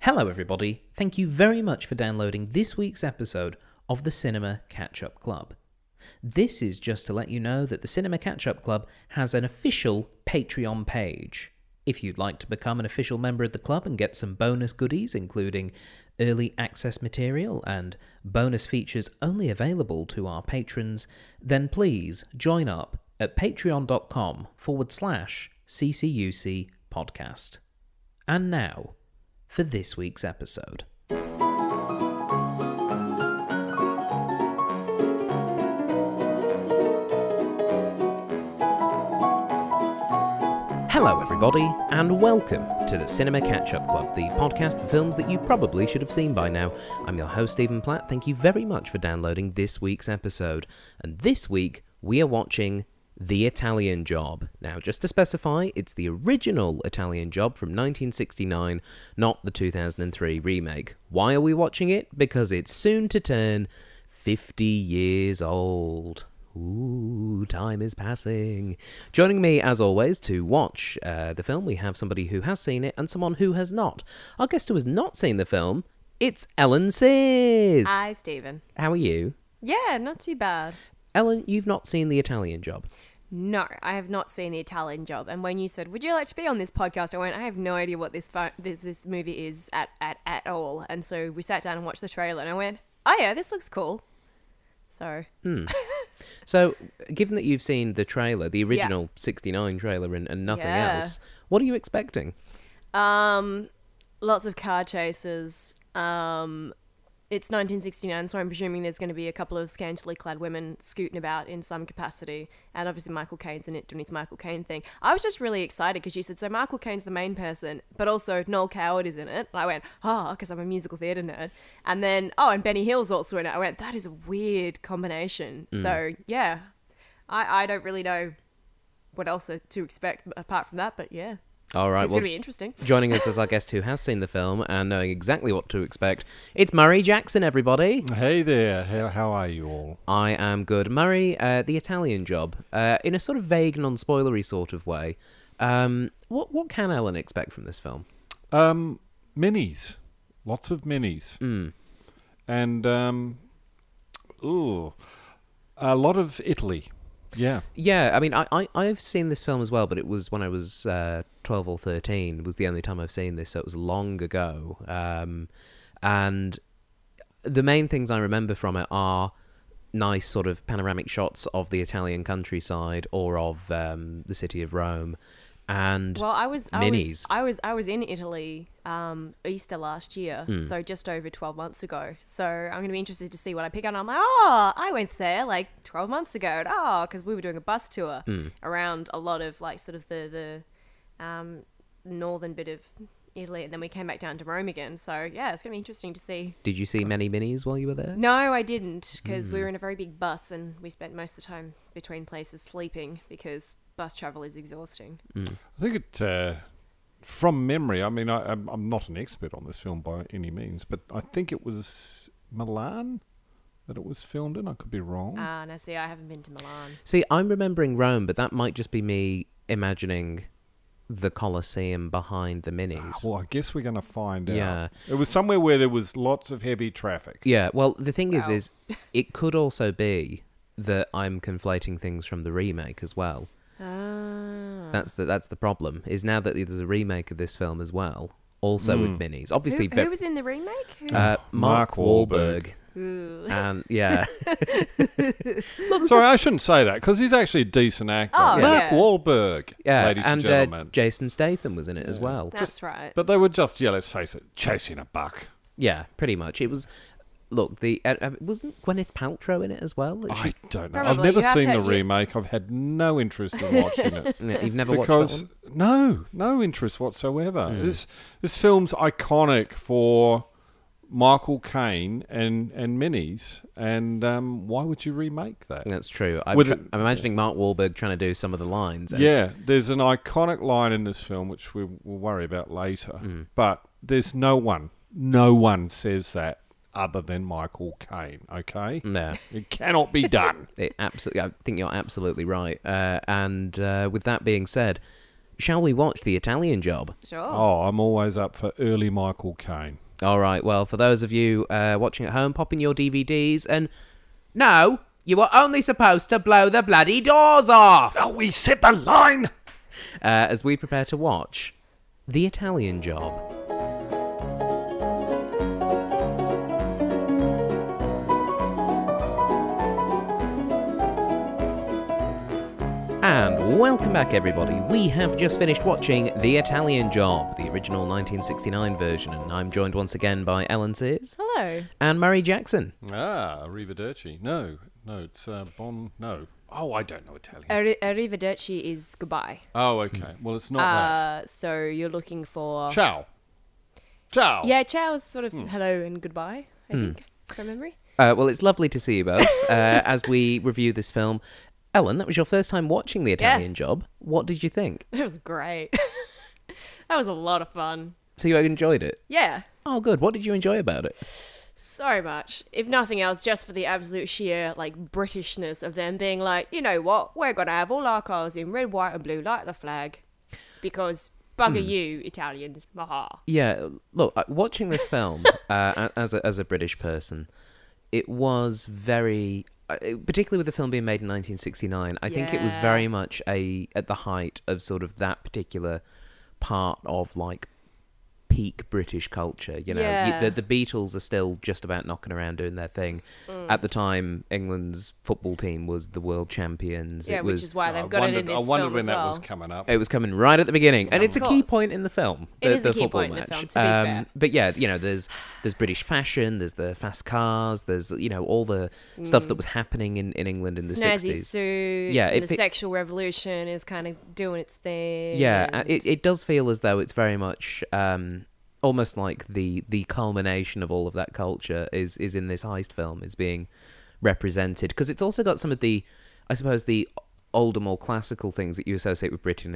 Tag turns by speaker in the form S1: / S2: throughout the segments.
S1: Hello, everybody. Thank you very much for downloading this week's episode of the Cinema Catch Up Club. This is just to let you know that the Cinema Catch Up Club has an official Patreon page. If you'd like to become an official member of the club and get some bonus goodies, including early access material and bonus features only available to our patrons, then please join up at patreon.com forward slash CCUC podcast. And now, for this week's episode. Hello, everybody, and welcome to the Cinema Catch Up Club, the podcast for films that you probably should have seen by now. I'm your host, Stephen Platt. Thank you very much for downloading this week's episode. And this week, we are watching The Italian Job. Now, just to specify, it's the original Italian Job from 1969, not the 2003 remake. Why are we watching it? Because it's soon to turn 50 years old. Ooh, time is passing. Joining me, as always, to watch uh, the film, we have somebody who has seen it and someone who has not. Our guest who has not seen the film, it's Ellen Sears.
S2: Hi, Stephen.
S1: How are you?
S2: Yeah, not too bad.
S1: Ellen, you've not seen The Italian Job.
S2: No, I have not seen the Italian Job. And when you said, "Would you like to be on this podcast?" I went, "I have no idea what this fo- this this movie is at at at all." And so we sat down and watched the trailer, and I went, "Oh yeah, this looks cool." So
S1: So, given that you've seen the trailer, the original 69 trailer, and, and nothing
S2: Yeah.
S1: else, what are you expecting?
S2: Um, lots of car chases. Um, it's 1969, so I'm presuming there's going to be a couple of scantily clad women scooting about in some capacity. And obviously, Michael Caine's in it doing his Michael Caine thing. I was just really excited because you said, so Michael Caine's the main person, but also Noel Coward is in it. And I went, oh, because I'm a musical theatre nerd. And then, oh, and Benny Hill's also in it. I went, that is a weird combination.
S1: Mm.
S2: So, yeah, I, I don't really know what else to expect apart from that, but yeah,
S1: All right,
S2: it's
S1: well,
S2: going to be interesting.
S1: joining us as our guest who has seen the film and knowing exactly what to expect, it's Murray Jackson, everybody.
S3: Hey there, how, how are you all?
S1: I am good. Murray, uh, the Italian job, uh, in a sort of vague, non spoilery sort of way. Um, what what can Ellen expect from this film?
S3: Um, minis, lots of minis, and um, ooh, a lot of Italy. Yeah,
S1: Yeah, I mean, I, I I've seen this film as well, but it was when I was uh, twelve or thirteen. Was the only time I've seen this, so it was long ago. Um, and the main things I remember from it are nice sort of panoramic shots of the Italian countryside or of um, the city of Rome, and
S2: Well, I was
S1: Minis.
S2: I was I was I was in Italy um, Easter last year, so just over twelve months ago. So I'm going to be interested to see what I pick up. I'm like, oh, I went there like twelve months ago, and oh, because we were doing a bus tour around a lot of like sort of the the um, northern bit of Italy, and then we came back down to Rome again. So yeah, it's going to be interesting to see.
S1: did you see many minis while you were there?
S2: No, I didn't, because we were in a very big bus, and we spent most of the time between places sleeping because bus travel is exhausting.
S1: Hmm.
S3: I think it uh, from memory. I mean, I, I'm, I'm not an expert on this film by any means, but I think it was Milan that it was filmed in. I could be wrong.
S2: Ah, and I see. I haven't been to Milan.
S1: See, I'm remembering Rome, but that might just be me imagining the Colosseum behind the minis.
S3: well, I guess we're going to find
S1: Yeah.
S3: out. It was somewhere where there was lots of heavy traffic.
S1: Yeah, well, the thing is,
S2: Wow.
S1: is it could also be that I'm conflating things from the remake as well.
S2: Ah.
S1: That's the that's the problem. Is now that there's a remake of this film as well, also with
S3: Hmm.
S1: minis. Obviously,
S2: who,
S1: ve-
S2: who was in the remake? Who
S1: uh, Mark
S3: Mark
S1: Wahlberg.
S3: Wahlberg.
S2: Ooh.
S1: and yeah,
S3: Sorry, I shouldn't say that because he's actually a decent actor.
S2: Oh,
S3: Mark
S2: yeah.
S3: Wahlberg,
S1: yeah,
S3: ladies and,
S1: and
S3: gentlemen.
S1: Uh, Jason Statham was in it as well.
S2: That's right.
S3: but they were just, yeah, let's face it, chasing a buck.
S1: Yeah, pretty much. It was. Look, the uh, uh, wasn't Gwyneth Paltrow in it as well? That
S3: I
S1: she-
S3: don't know.
S2: Probably.
S3: I've never
S2: You have
S3: seen
S2: to-
S3: the
S2: you-
S3: remake. I've had no interest in watching it.
S1: Yeah, you've never watched
S3: because
S1: that
S3: no, no interest whatsoever.
S1: Hmm.
S3: This this film's iconic for Michael Caine and and Minis, and um, why would you remake that?
S1: one. That's true. I'm,
S3: With
S1: tr-
S3: it-
S1: I'm imagining Mark Wahlberg trying to do some of the lines. and it's-
S3: Yeah, there's an iconic line in this film which we, we'll worry about later, but there's no one, no one says that other than Michael Caine. Okay,
S1: No.
S3: it cannot be done.
S1: It absolutely. I think you're absolutely right. Uh, and uh, with that being said, Shall we watch The Italian Job?
S2: Sure.
S3: Oh, I'm always up for early Michael Caine.
S1: All right. Well, for those of you uh, watching at home, pop in your DVDs and no, you were only supposed to blow the bloody doors off uh,
S3: Oh, we set the line.
S1: as we prepare to watch The Italian Job. And welcome back, everybody. We have just finished watching The Italian Job, the original 1969 version, and I'm joined once again by Ellen Sears
S2: Hello.
S1: and Murray Jackson.
S3: Ah, Arrivederci. No, no, it's uh, Bon. No. Oh, I don't know Italian.
S2: Arri- Arrivederci is goodbye.
S3: oh, okay. Well, it's not
S2: Uh, so you're looking for.
S3: that. Ciao. Ciao.
S2: uh, Yeah, ciao is sort of
S1: Hmm.
S2: hello and goodbye, I think, from memory.
S1: Uh, well, it's lovely to see you both uh, as we review this film. Ellen, that was your first time watching The Italian Job. What did you think?
S2: It was great. that was a lot of fun.
S1: So you enjoyed it?
S2: Yeah,
S1: Oh, good. What did you enjoy about it?
S2: so much. If nothing else, just for the absolute sheer like Britishness of them being like, you know what, we're gonna have all our cars in red, white, and blue, like the flag, because bugger
S1: Hmm.
S2: you, Italians, maha.
S1: Yeah, look, uh, watching this film uh, a- as a, as a British person, it was very, uh, particularly with the film being made in 1969. I think it was
S2: Yeah.
S1: very much a at the height of sort of that particular part of like peak British culture. You know, You-
S2: Yeah.
S1: the, the Beatles are still just about knocking around doing their thing. At the time, England's football team was the world champions.
S2: Yeah,
S1: it was uh,
S2: which is why
S3: I
S2: they've got
S3: wondered,
S2: it in this
S3: I wondered
S2: film
S3: when
S2: as
S3: that
S2: well.
S3: was coming up.
S1: it was coming right at the beginning, and it's a key
S2: course.
S1: point in the film.
S2: It
S1: The,
S2: is
S1: the
S2: a key
S1: football
S2: point in the
S1: match. Um,
S2: film, to be fair.
S1: But yeah, you know, there's there's British fashion, there's the fast cars, there's you know all the stuff that was happening in, in England in the
S2: Mm. Snazzy
S1: sixties.
S2: suits,
S1: Yeah,
S2: and
S1: it
S2: the
S1: fit-
S2: sexual revolution is kind of doing its thing.
S1: Yeah, uh,
S2: and-
S1: it, it does feel as though it's very much um, almost like the the culmination of all of that culture is is in this heist film is being represented because it's also got some of the, I suppose the older more classical things that you associate with British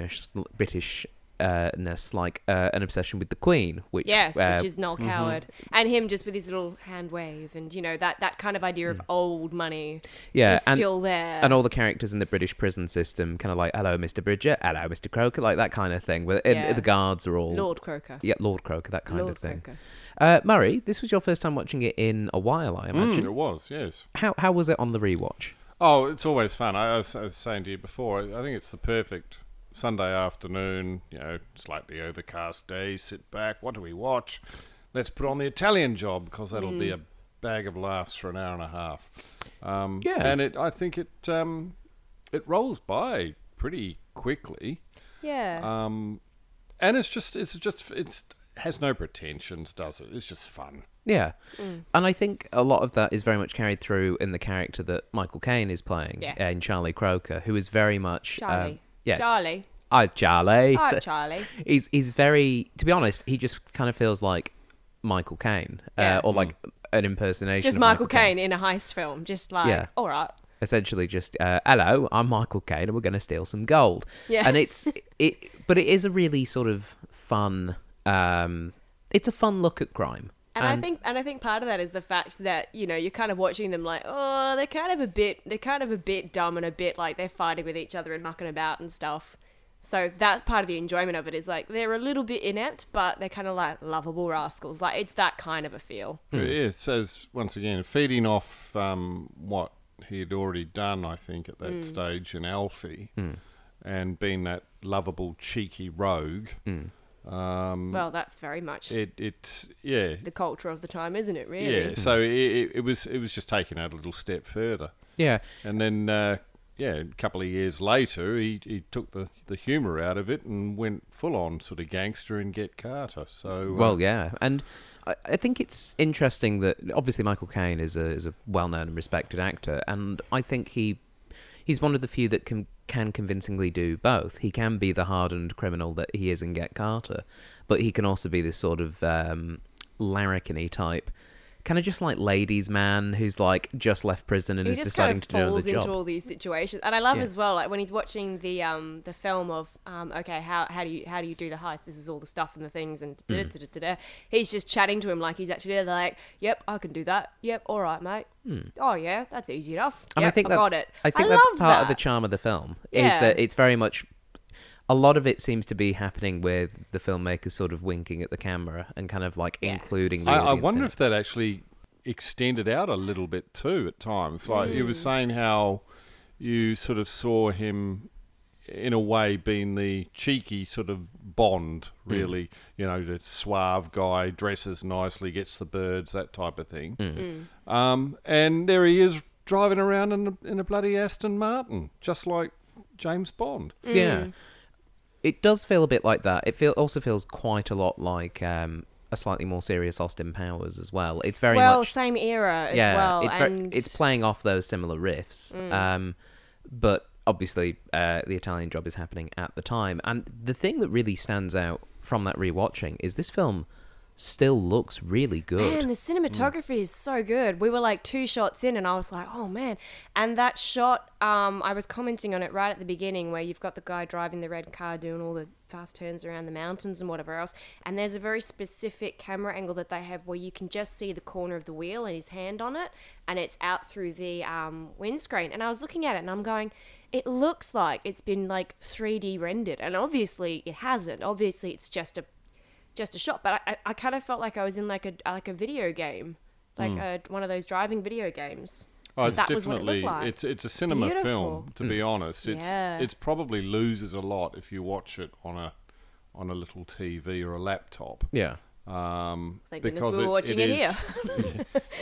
S1: British. Uh, ness like uh, an obsession with the Queen, which
S2: Yes,
S1: uh,
S2: which is Noel Coward, and him just with his little hand wave, and you know that that kind of idea of old money
S1: Mm. Yeah,
S2: is
S1: and-
S2: still there.
S1: and all the characters in the British prison system, kind of like "Hello, Mr. Bridger," "Hello, Mr. Croker," like that kind of thing. Where and
S2: Yeah.
S1: the guards are all
S2: Lord Croker.
S1: yeah, Lord Croker, that kind
S2: Lord
S1: of thing.
S2: Croker.
S1: Uh, Murray, this was your first time watching it in a while, I
S3: Mm,
S1: imagine.
S3: it was, yes.
S1: How how was it on the rewatch?
S3: Oh, it's always fun. I, I was, I was saying to you before, I I think it's the perfect Sunday afternoon, you know, slightly overcast day, sit back, what do we watch? Let's put on the Italian job because that'll be a bag of laughs for an hour and a half. Um,
S1: Yeah.
S3: And it, I think it, um, it rolls by pretty quickly.
S1: Uh,
S2: Yeah.
S3: Um, and it's just, it's just, it's has no pretensions, does it? It's just fun.
S1: Yeah,
S2: Mm.
S1: and I think a lot of that is very much carried through in the character that Michael Caine is playing
S2: Yeah.
S1: uh, in Charlie Croker, who is very much um,
S2: Charlie. Ah.
S1: yeah,
S2: Charlie.
S1: Hi, Charlie.
S2: Hi, Charlie.
S1: he's he's very to be honest he just kind of feels like michael caine uh,
S2: Yeah.
S1: or like an impersonation
S2: Just
S1: of
S2: Michael Caine in a heist film. Just like,
S1: Yeah.
S2: all right.
S1: essentially just uh, hello i'm michael caine and we're going to steal some gold
S2: Yeah.
S1: and it's it but it is a really sort of fun um it's a fun look at crime
S2: And, I think and I think part of that is the fact that you know you're kind of watching them like oh they're kind of a bit they're kind of a bit dumb and a bit like they're fighting with each other and mucking about and stuff. So that part of the enjoyment of it is like they're a little bit inept, but they're kind of like lovable rascals. Like it's that kind of a feel.
S3: Yeah, it says once again feeding off um, what he had already done, I think, at that stage in Alfie, and being that lovable, cheeky rogue. Um,
S2: Well, that's very much
S3: it it's yeah
S2: the culture of the time, isn't it? Really?
S3: yeah. So it, it, it was it was just taken out a little step further,
S1: yeah
S3: and then uh, yeah, a couple of years later, he, he took the the humour out of it and went full on sort of gangster and get Carter. So uh,
S1: Well, yeah, and I, I think it's interesting that obviously Michael Caine is a is a well known and respected actor, and I think he he's one of the few that can can convincingly do both. He can be the hardened criminal that he is in Get Carter, but he can also be this sort of um, larrikiny type. Kind of just like ladies' man who's like just left prison and
S2: he
S1: is
S2: just
S1: deciding
S2: kind of
S1: to do another
S2: falls into
S1: job.
S2: all these situations, and I love
S1: Yeah.
S2: as well like when he's watching the um the film of um okay how how do you how do you do the heist? This is all the stuff and the things and da
S1: Mm.
S2: da da da da. He's just chatting to him like he's actually there. They're like, "Yep, I can do that. Yep, all right, mate. Oh yeah, that's easy enough.
S1: Hmm. And
S2: yep,
S1: I think that's
S2: got it.
S1: I think that's
S2: love
S1: part of
S2: that.
S1: the charm of the film is
S2: Yeah.
S1: that it's very much a lot of it seems to be happening with the filmmakers sort of winking at the camera and kind of like
S2: Yeah.
S1: including the
S3: I, I
S1: audience in
S3: wonder
S1: it.
S3: if that actually extended out a little bit too at times. Like you were saying how you sort of saw him in a way being the cheeky sort of bond
S1: Mm.
S3: really you know the suave guy dresses nicely gets the birds that type of thing
S1: Mm.
S3: um, and there he is driving around in a, in a bloody aston martin just like james bond
S2: Mm.
S1: Yeah. It does feel a bit like that. It feel also feels quite a lot like um, a slightly more serious Austin Powers as well. It's very
S2: well,
S1: much
S2: same era as
S1: yeah.
S2: well.
S1: it's ver-
S2: and Mm.
S1: it's playing off those similar riffs, um, but obviously uh, the Italian job is happening at the time. And the thing that really stands out from that rewatching is this film still looks really good.
S2: Man, the cinematography is so good. We were like two shots in, and I was like, oh man. And that shot, um, I was commenting on it right at the beginning where you've got the guy driving the red car doing all the fast turns around the mountains and whatever else. And there's a very specific camera angle that they have where you can just see the corner of the wheel and his hand on it, and it's out through the um, windscreen. And I was looking at it and I'm going, it looks like it's been like 3D rendered. And obviously it hasn't. Obviously it's just a just a shot. But I, I, I kind of felt like I was in like a like a video game, like a, one of those driving video games.
S3: Hmm. Oh, it's
S2: That was what it
S3: definitely
S2: looked like.
S3: it's it's a cinema film.
S2: Beautiful.
S3: To be honest, it's
S2: Yeah.
S3: it's probably loses a lot if you watch it on a on a little TV or a laptop.
S1: yeah.
S3: Um,
S2: Thank goodness
S3: because
S2: we were watching it
S3: is-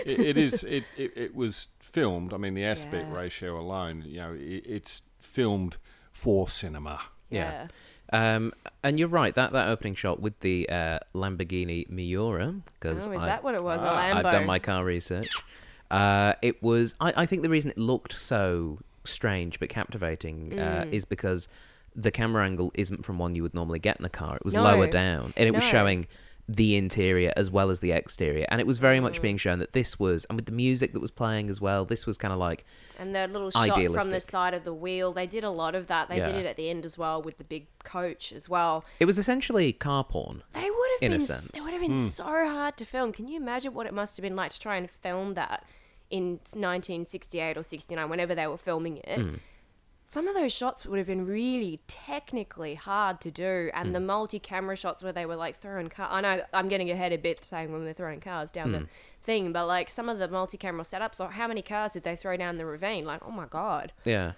S3: it, it is it, it it was filmed. I mean, the aspect
S2: Yeah.
S3: ratio alone, you know, it, it's filmed for cinema.
S1: Yeah. Um, and you're right that that opening shot with the uh, Lamborghini Miura
S2: Oh,
S1: because
S2: is that what it was? a Lambo.
S1: Ah, I've done my car research. Uh, it was. I, I think the reason it looked so strange but captivating
S2: Mm.
S1: uh, is because the camera angle isn't from one you would normally get in a car. It was
S2: No.
S1: lower down, and it was
S2: No.
S1: showing the interior as well as the exterior, and it was very
S2: Mm.
S1: much being shown that this was, and with the music that was playing as well, this was kind of like
S2: and the little shot from the
S1: Idealistic.
S2: side of the wheel. They did a lot of that. They did
S1: Yeah.
S2: it at the end as well with the big coach as well.
S1: it was essentially car porn.
S2: They would have
S1: In a
S2: been.
S1: sense.
S2: It would have been so hard to film. Can you imagine what it must have been like to try and film that in 1968 or 69, whenever they were filming it?
S3: Hmm.
S2: Some of those shots would have been really technically hard to do,
S3: Hmm.
S2: and the multi-camera shots where they were like throwing cars. I know I'm getting ahead a bit saying when they're throwing cars down
S3: Hmm.
S2: the thing, but like some of the multi-camera setups, or how many cars did they throw down the ravine? Like, oh my god,
S1: Yeah.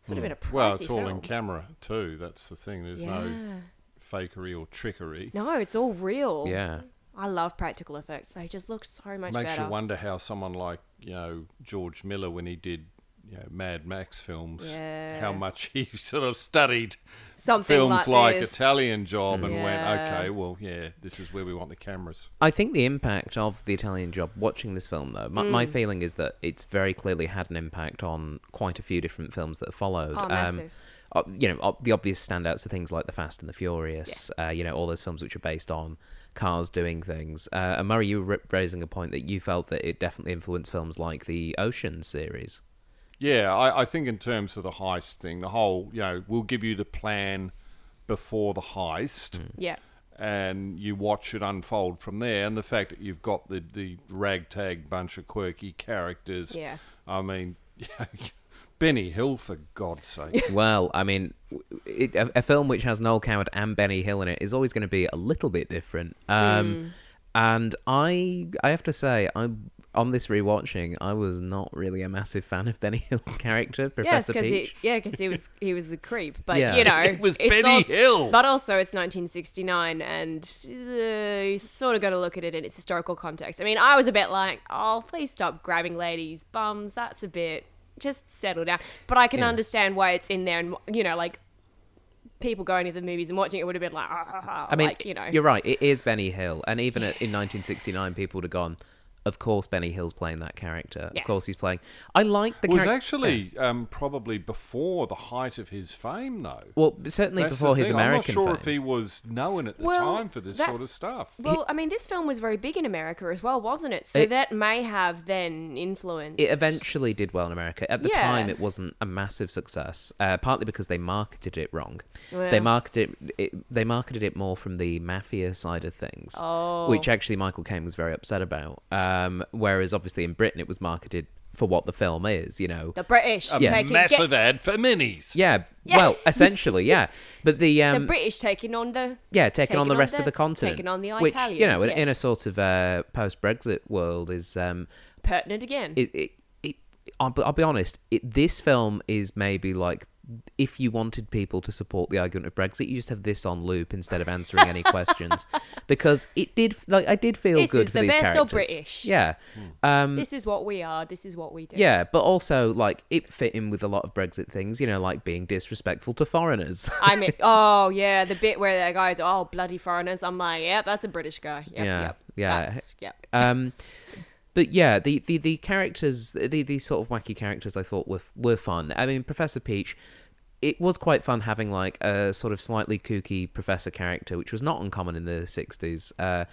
S2: this would have been a pricey
S3: Hmm. Well, it's all in
S2: film.
S3: camera too. That's the thing. There's no fakery or trickery.
S2: No, it's all real.
S1: Yeah.
S2: I love practical effects. They just look so much
S3: Makes
S2: better.
S3: you wonder how someone like you know George Miller, when he did you know Mad Max films,
S2: Yeah.
S3: how much he sort of studied
S2: Something
S3: films like,
S2: this.
S3: Italian Job and went,
S2: Yeah.
S3: okay, well, yeah, this is where we want the cameras.
S1: I think the impact of the Italian job watching this film, though, my,
S2: Mm.
S1: my feeling is that it's very clearly had an impact on quite a few different films that have followed.
S3: Um,
S1: Um,
S2: Oh, massive.
S1: ob- you know, ob- the obvious standouts are things like The Fast and the Furious. Uh, you know, all those films which are based on cars doing things. Uh, and Murray, you were ri- raising a point that you felt that it definitely influenced films like the Ocean series.
S3: Yeah, I, I think in terms of the heist thing, the whole, you know, we'll give you the plan before the heist.
S2: Yeah.
S3: and you watch it unfold from there. And the fact that you've got the, the ragtag bunch of quirky characters.
S2: Yeah.
S3: I mean, Benny Hill, for God's sake.
S1: well, I mean, w- it, a, a film which has Noel Coward and Benny Hill in it is always going to be a little bit different.
S2: Mm.
S1: Um, And I, I have to say, I on this rewatching, I was not really a massive fan of Benny Hill's character,
S2: Yes,
S1: Professor
S2: because he,
S1: Peach.
S2: yeah, 'cause he was he was a creep, but
S1: Yeah.
S2: you know
S3: It was
S2: it's
S3: Benny
S2: also-
S3: Hill.
S2: But also, it's 1969, and uh, you sort of got to look at it in its historical context. I mean, I was a bit like, oh, please stop grabbing ladies' bums. That's a bit just settle down. But I can
S1: Yeah.
S2: understand why it's in there, and you know, like people going to the movies and watching it would have been like, ah, ha, ha,
S1: I mean,
S2: like, you know,
S1: you're right. It is Benny Hill, and even at, in 1969, people would have gone. Of course, Benny Hill's playing that character.
S2: Yeah.
S1: Of course, he's playing. I like the
S3: was
S1: character.
S3: actually um, probably before the height of his fame, though.
S1: Well, certainly
S3: That's the
S1: before his
S3: thing.
S1: American
S3: I'm not sure
S1: fame.
S3: if he was known at the
S2: Well,
S3: time for this
S2: that's-
S3: sort of stuff.
S2: Well, I mean, this film was very big in America as well, wasn't it? So
S1: It-
S2: that may have then influenced.
S1: It eventually did well in America. At the
S2: Yeah.
S1: time, it wasn't a massive success, uh, partly because they marketed it wrong. They
S2: Well.
S1: marketed it, they marketed it more from the mafia side of things,
S2: Oh.
S1: which actually Michael Caine was very upset about. Um, whereas, obviously, in Britain, it was marketed for what the film is, you know.
S2: The British
S1: Yeah.
S2: taking
S3: Massive
S2: get-
S3: ad for minis.
S1: Yeah,
S2: Yeah.
S1: well, essentially, yeah. But the
S2: the
S1: um,
S2: British taking on the
S1: yeah, taking, on
S2: taking
S1: the
S2: on
S1: rest
S2: the-
S1: of the continent,
S2: taking on the
S1: which you know,
S2: Italians,
S1: in- in a
S2: yes.
S1: sort of uh, post-Brexit world, is um,
S2: pertinent again.
S1: it, it, it I'll, be- I'll be honest. It, this film is maybe like if you wanted people to support the argument of Brexit, you just have this on loop instead of answering any questions because it did. Like I did feel
S2: This
S1: good
S2: is
S1: for
S2: the
S1: these
S2: best or
S1: characters.
S2: British.
S1: Yeah. Um,
S2: this is what we are. This is what we do.
S1: yeah, but also like it fit in with a lot of Brexit things, you know, like being disrespectful to foreigners.
S2: I mean, oh yeah, the bit where that guy's oh bloody foreigners. I'm like, yeah, that's a British guy. Yep,
S1: Yeah,
S2: yep,
S1: yeah.
S2: that's, yep.
S1: um but yeah the, the the characters the these sort of wacky characters i thought were were fun i mean professor peach it was quite fun having like a sort of slightly kooky professor character which was not uncommon in the 60s uh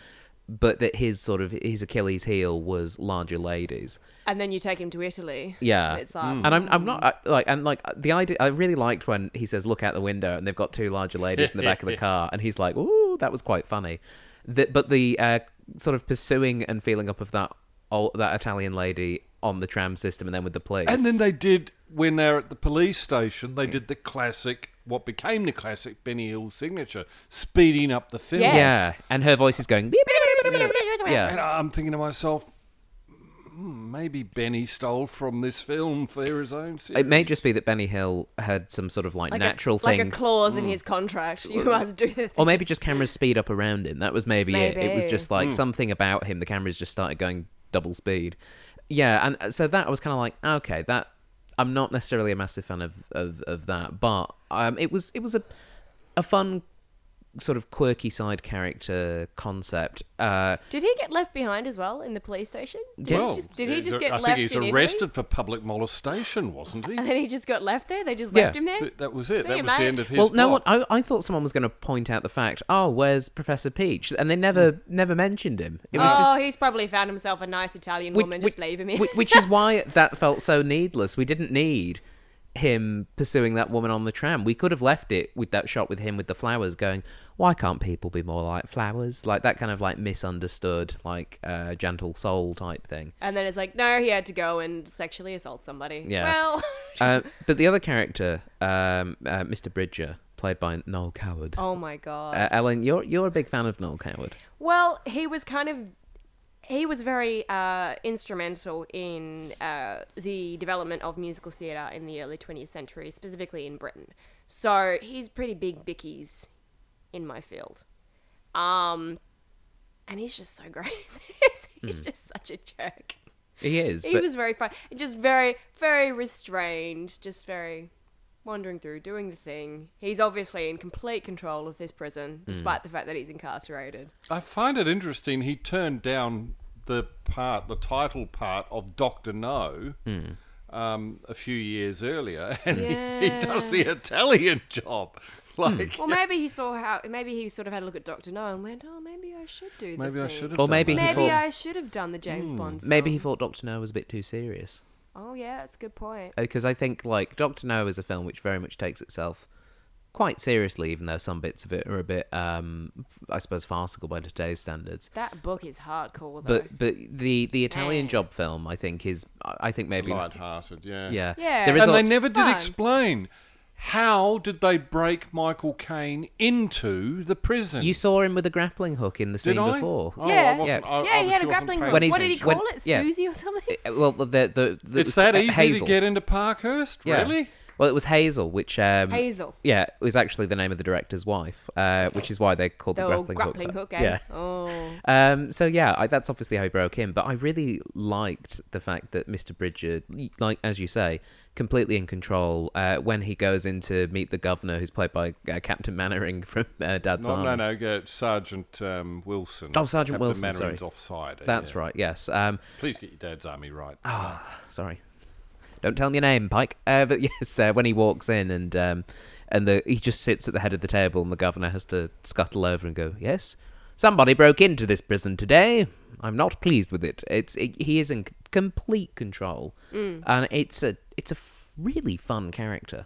S1: but that his sort of his Achilles heel was larger ladies.
S2: And then you take him to Italy.
S1: Yeah,
S2: It's like,
S3: Mm.
S1: and I'm I'm not I, like and like the idea. I really liked when he says, "Look out the window," and they've got two larger ladies in the back of the car, and he's like, "Ooh, that was quite funny." The, but the uh, sort of pursuing and feeling up of that all, that Italian lady on the tram system, and then with the police,
S3: And then they did when they're at the police station. They did the classic, what became the classic Benny Hill signature, speeding up the film.
S2: Yes.
S1: yeah, and her voice is going, "Beep, beep, beep, beep, beep."
S3: And
S1: yeah,
S3: I'm thinking to myself, hmm, maybe Benny stole from this film for his own. Series.
S1: it may just be that Benny Hill had some sort of like,
S2: like
S1: natural
S2: a,
S1: thing.
S2: like a clause
S3: Mm.
S2: in his contract. You must do the
S1: or
S2: thing.
S1: maybe just cameras speed up around him. That was maybe, it. It was
S2: Maybe.
S1: just like something about him. The cameras just started going double speed. Yeah, and uh, so that I was kind of like, okay, that I'm not necessarily a massive fan of of, of that, but um, it was it was a a fun sort of quirky side character concept. Uh,
S2: Did he get left behind as well in the police station? Did
S1: Yeah.
S2: he just, did he
S3: he's
S2: just
S3: a-
S2: get
S3: I
S2: left
S3: think he's
S2: in Italy?
S3: arrested for public molestation, wasn't he?
S2: And then he just got left there. They just
S1: Yeah.
S2: left him there.
S3: Th- That was it.
S2: See,
S3: That was
S2: mate.
S3: the end of his.
S1: well, no one.
S3: plot.
S1: I, I thought someone was going to point out the fact. Oh, where's Professor Peach? And they never never mentioned him. It was
S2: oh,
S1: just
S2: he's probably found himself a nice Italian
S1: Which-
S2: woman.
S1: which-
S2: just leave him in.
S1: Whi- which is why that felt so needless. We didn't need him pursuing that woman on the tram. We could have left it with that shot with him with the flowers going, why can't people be more like flowers? Like that kind of like misunderstood, like uh, gentle soul type thing.
S2: and then it's like, no, he had to go and sexually assault somebody.
S1: Yeah.
S2: Well,
S1: Uh, but the other character, um, uh, Mr. Bridger, played by Noel Coward.
S2: oh my god.
S1: Uh, Ellen, you're you're a big fan of Noel Coward.
S2: Well, he was kind of he was very uh, instrumental in uh, the development of musical theatre in the early 20th century, specifically in Britain. So he's pretty big bickies in my field. Um, and he's just so great in this.
S1: Hmm.
S2: He's just such a jerk.
S1: He is.
S2: He
S1: but
S2: was very fun. Just very, very restrained. Just very wandering through, doing the thing. He's obviously in complete control of this
S1: Hmm.
S2: prison, despite the fact that he's incarcerated.
S3: I find it interesting. He turned down the part, the title part of Doctor No, um, a few years earlier, and he, he does the Italian job. Like
S2: Well, maybe he saw how. Maybe he sort of had a look at Doctor No and went, "Oh, maybe I should do this."
S3: maybe I should have.
S1: Or
S3: done
S1: maybe
S3: that.
S1: he
S2: Maybe
S1: thought-
S2: I should have done the James Bond. Film.
S1: Hmm. maybe he thought Doctor No was a bit too serious.
S2: Oh yeah, that's a good point.
S1: because I think like Doctor No is a film which very much takes itself quite seriously, even though some bits of it are a bit, um, f- I suppose, farcical by today's standards.
S2: That book is hardcore though.
S1: But but the the Italian
S2: Yeah.
S1: job film, I think, is I I think maybe
S3: light-hearted. Yeah.
S1: yeah
S2: Yeah.
S1: there is
S3: And they
S1: also-
S3: never did
S2: fun.
S3: explain how did they break Michael Caine into the prison.
S1: you saw him with a grappling hook in the
S3: did
S1: scene
S3: I?
S1: before.
S3: Oh,
S2: yeah,
S3: I wasn't,
S2: yeah,
S3: I
S2: he had a
S3: obviously wasn't
S2: grappling
S3: paying
S2: hook.
S1: When he's-
S2: What did he
S1: when-
S2: call it?
S1: yeah.
S2: Susie or something?
S1: Uh, Well, the the, the
S3: It's that easy
S1: Hazel.
S3: to get into Parkhurst,
S1: Yeah.
S3: really?
S1: Well, it was Hazel, which um,
S2: Hazel.
S1: yeah, was actually the name of the director's wife, uh, which is why they called
S2: The
S1: the
S2: old
S1: grappling,
S2: grappling
S1: hook.
S2: hook.
S1: that.
S2: eh?
S1: Yeah.
S2: Oh.
S1: Um, so yeah, I, that's obviously how he broke in. But I really liked the fact that Mr. Bridger, like as you say, completely in control uh, when he goes in to meet the governor, who's played by uh, Captain Mannering from uh, Dad's
S3: No,
S1: Army.
S3: no, no, go- Sergeant um, Wilson.
S1: Oh, Sergeant
S3: Captain
S1: Wilson,
S3: Mannering's
S1: sorry.
S3: offside.
S1: That's right. Yes. Um,
S3: Please get your dad's army right.
S4: Ah.
S1: sorry. Don't tell him your name, Pike. Uh, but yes, uh, when he walks in and um, and the he just sits at the head of the table, and the governor has to scuttle over and go, "Yes, somebody broke into this prison today. I'm not
S2: Mm.
S1: pleased with it. It's it, he is in c- complete control, and it's a it's a f- really fun character.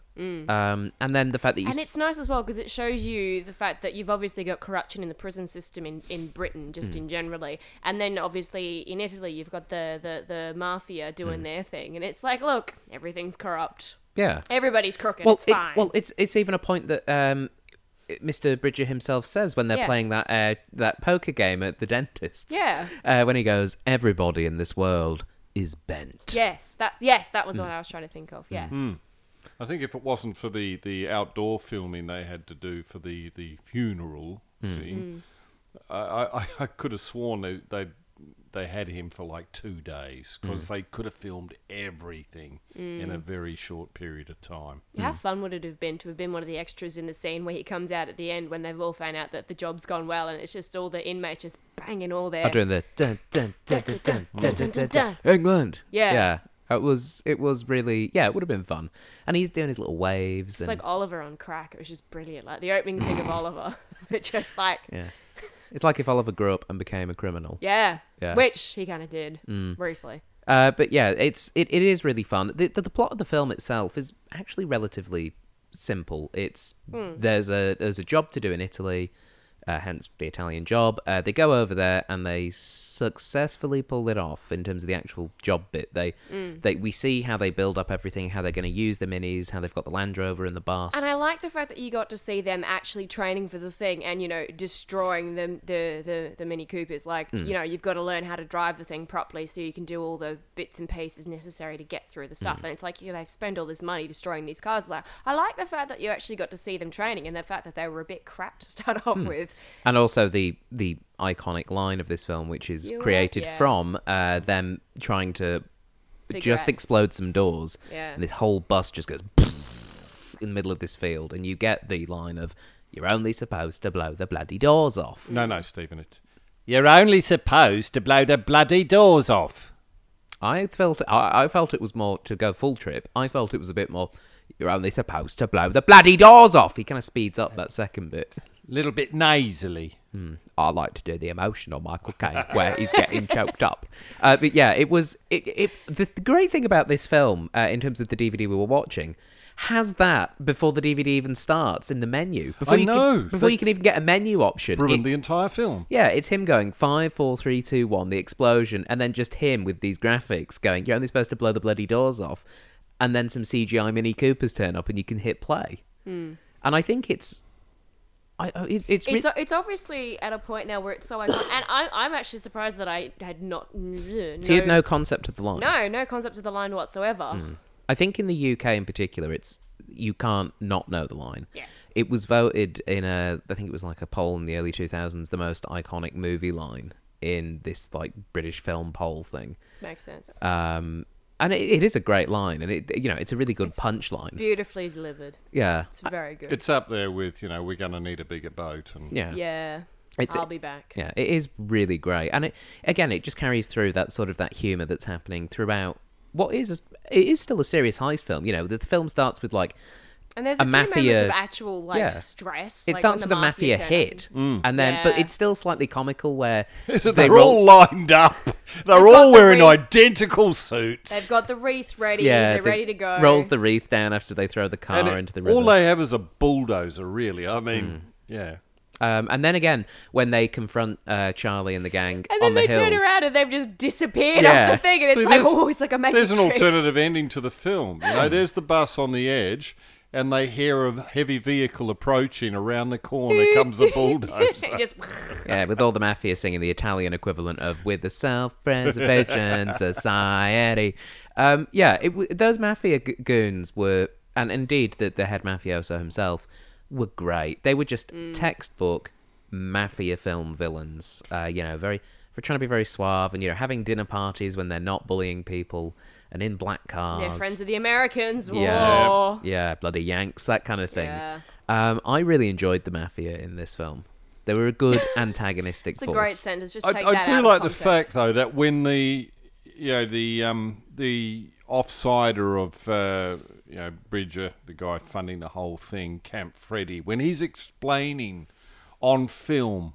S1: Um, and then the fact that you
S2: Mm. And
S1: s-
S2: it's nice as well because it shows you the fact that you've obviously got corruption in the prison system in, in Britain,
S1: Hmm.
S2: just in generally. And then obviously in Italy, you've got the, the, the mafia doing
S1: Hmm.
S2: their thing. And it's like, look, everything's corrupt.
S1: yeah,
S2: Everybody's crooked.
S1: well,
S2: it's
S1: it,
S2: fine.
S1: well, it's it's even a point that um, Mr. Bridger himself says when they're
S2: Yeah.
S1: playing that uh, that poker game at the dentist's.
S2: Yeah.
S1: uh, when he goes, everybody in this world is bent.
S2: yes, that's yes, that
S1: Hmm.
S2: was what I was trying to think of. Yeah.
S3: I think if it wasn't for the, the outdoor filming they had to do for the, the funeral
S4: Hmm.
S3: scene, I, I, I could have sworn they, they they had him for like two days
S4: Hmm.
S3: because they could have filmed everything in a very short period of time.
S1: Hmm.
S2: How fun would it have been to have been one of the extras in the scene where he comes out at the end when they've all found out that the job's gone well and it's just all the inmates just banging all their
S1: I'm doing the dun dun dun dun dun dun dun dun dun England.
S2: Yeah.
S1: yeah. It was it was really yeah it would have been fun, and he's doing his little waves
S2: It's
S1: and
S2: like Oliver on crack. It was just brilliant. Like the opening thing of Oliver. It just like,
S1: yeah, it's like if Oliver grew up and became a criminal.
S2: yeah.
S1: Yeah. Mm.
S2: Which he kind of did, briefly.
S1: Uh, but yeah, it's it, it is really fun. The, the the plot of the film itself is actually relatively simple. It's
S2: Hmm.
S1: there's a there's a job to do in Italy, uh, hence the Italian job. Uh, they go over there and they successfully pull it off in terms of the actual job bit. They
S2: Hmm.
S1: they we see how they build up everything, how they're going to use the minis, how they've got the Land Rover and the bus.
S2: And I like the fact that you got to see them actually training for the thing and, you know, destroying the, the, the, the Mini Coopers. Like,
S1: Mm.
S2: you know, you've got to learn how to drive the thing properly so you can do all the bits and pieces necessary to get through the stuff.
S1: Mm.
S2: And it's like, you know, they've spent all this money destroying these cars. Like, I like the fact that you actually got to see them training and the fact that they were a bit crap to start
S1: Mm.
S2: off with.
S1: and also the the iconic line of this film, which is
S2: You are-
S1: created
S2: yeah.
S1: from uh, them trying to
S2: Figure
S1: just
S2: out-
S1: explode some doors,
S2: Yeah.
S1: and this whole bus just goes in the middle of this field, and you get the line of "You're only supposed to blow the bloody doors off."
S3: No, no, Stephen, it's
S4: You're only supposed to blow the bloody doors off.
S1: I felt I, I felt it was more to go full trip. I felt it was a bit more. You're only supposed to blow the bloody doors off. He kind of speeds up that second bit.
S4: Little bit nasally.
S1: I like to do the emotional Michael Caine where he's getting choked up. Uh, but yeah, it was it. it the, the great thing about this film, uh, in terms of the DVD we were watching, has that before the DVD even starts in the menu. Before
S3: I
S1: you
S3: know,
S1: Can, before
S3: that
S1: you can even get a menu option.
S3: ruined
S1: it-
S3: the entire film.
S1: yeah, it's him going five, four, three, two, one, the explosion, and then just him with these graphics going. You're only supposed to blow the bloody doors off, and then some CGI Mini Coopers turn up, and you can hit play. And I think it's, I oh, it, it's, re-
S2: It's, it's obviously at a point now where it's so iconic, and I, I'm actually surprised that I had not. No,
S1: so you had no Mm. concept of the line.
S2: no, no concept of the line whatsoever.
S1: I think in the UK in particular, it's you can't not know the line.
S2: Yeah.
S1: It was voted in a, I think it was like a poll in the early 2000s, the most iconic movie line in this like British film poll thing.
S2: Makes sense.
S1: Um, and it, it is a great line, and it you know it's a really good punchline.
S2: Beautifully delivered.
S1: Yeah,
S2: It's very good.
S3: It's up there with you know we're going to need a bigger boat and
S1: yeah,
S2: yeah,
S1: It's-
S2: I'll be back.
S1: Yeah, it is really great, and it again it just carries through that sort of that humor that's happening throughout. What is it is still a serious heist film. You know, the, the film starts with like
S2: And there's
S1: A
S2: a, few moments
S1: mafia-
S2: of actual like
S1: yeah.
S2: stress.
S1: It
S2: like,
S1: starts
S2: when
S1: with
S2: the
S1: a mafia,
S2: turn up and-
S1: hit,
S3: Mm.
S1: and then but
S2: Yeah.
S1: it's still slightly comical where
S3: So
S1: they
S3: they're all lined up. They're
S2: got
S3: all
S2: the
S3: wearing
S2: wreath.
S3: identical suits.
S2: They've got the wreath ready.
S1: yeah,
S2: they're
S1: the-
S2: ready to go.
S1: Rolls the wreath down after they throw the car
S3: And it-
S1: into the river.
S3: all they have is a bulldozer, really. I mean, yeah.
S1: um, and then again, when they confront uh, Charlie and the gang
S2: and
S1: on
S2: then
S1: the
S2: they
S1: hills,
S2: turn around and they've just disappeared
S1: Yeah.
S2: off the thing, and it's
S3: See,
S2: like,
S3: there's-
S2: oh, it's like a magic
S3: There's an
S2: trick. Hmm.
S3: alternative ending to the film. You know, there's the bus on the edge, and they hear a heavy vehicle approaching around the corner. comes a bulldozer.
S2: just
S1: yeah, with all the mafia singing the Italian equivalent of "With the Self-Preservation Society." Um, yeah, it, w- those mafia g- goons were, and indeed the, the head mafioso himself were great. They were just textbook mafia film villains. Uh, you know, very for trying to be very suave, and you know, having dinner parties when they're not bullying people, and in black cars.
S2: they're friends with the Americans.
S1: Yeah,
S2: Whoa.
S1: yeah, bloody Yanks, that kind of thing.
S2: Yeah.
S1: Um, I really enjoyed the mafia in this film. They were a good antagonistic
S2: It's a
S1: force.
S2: great sentence. Just
S3: I,
S2: take
S3: I
S2: that
S3: do
S2: out of
S3: like the
S2: context.
S3: fact though that when the you know the um the offsider of uh, you know Bridger, the guy funding the whole thing, Camp Freddy, when he's explaining on film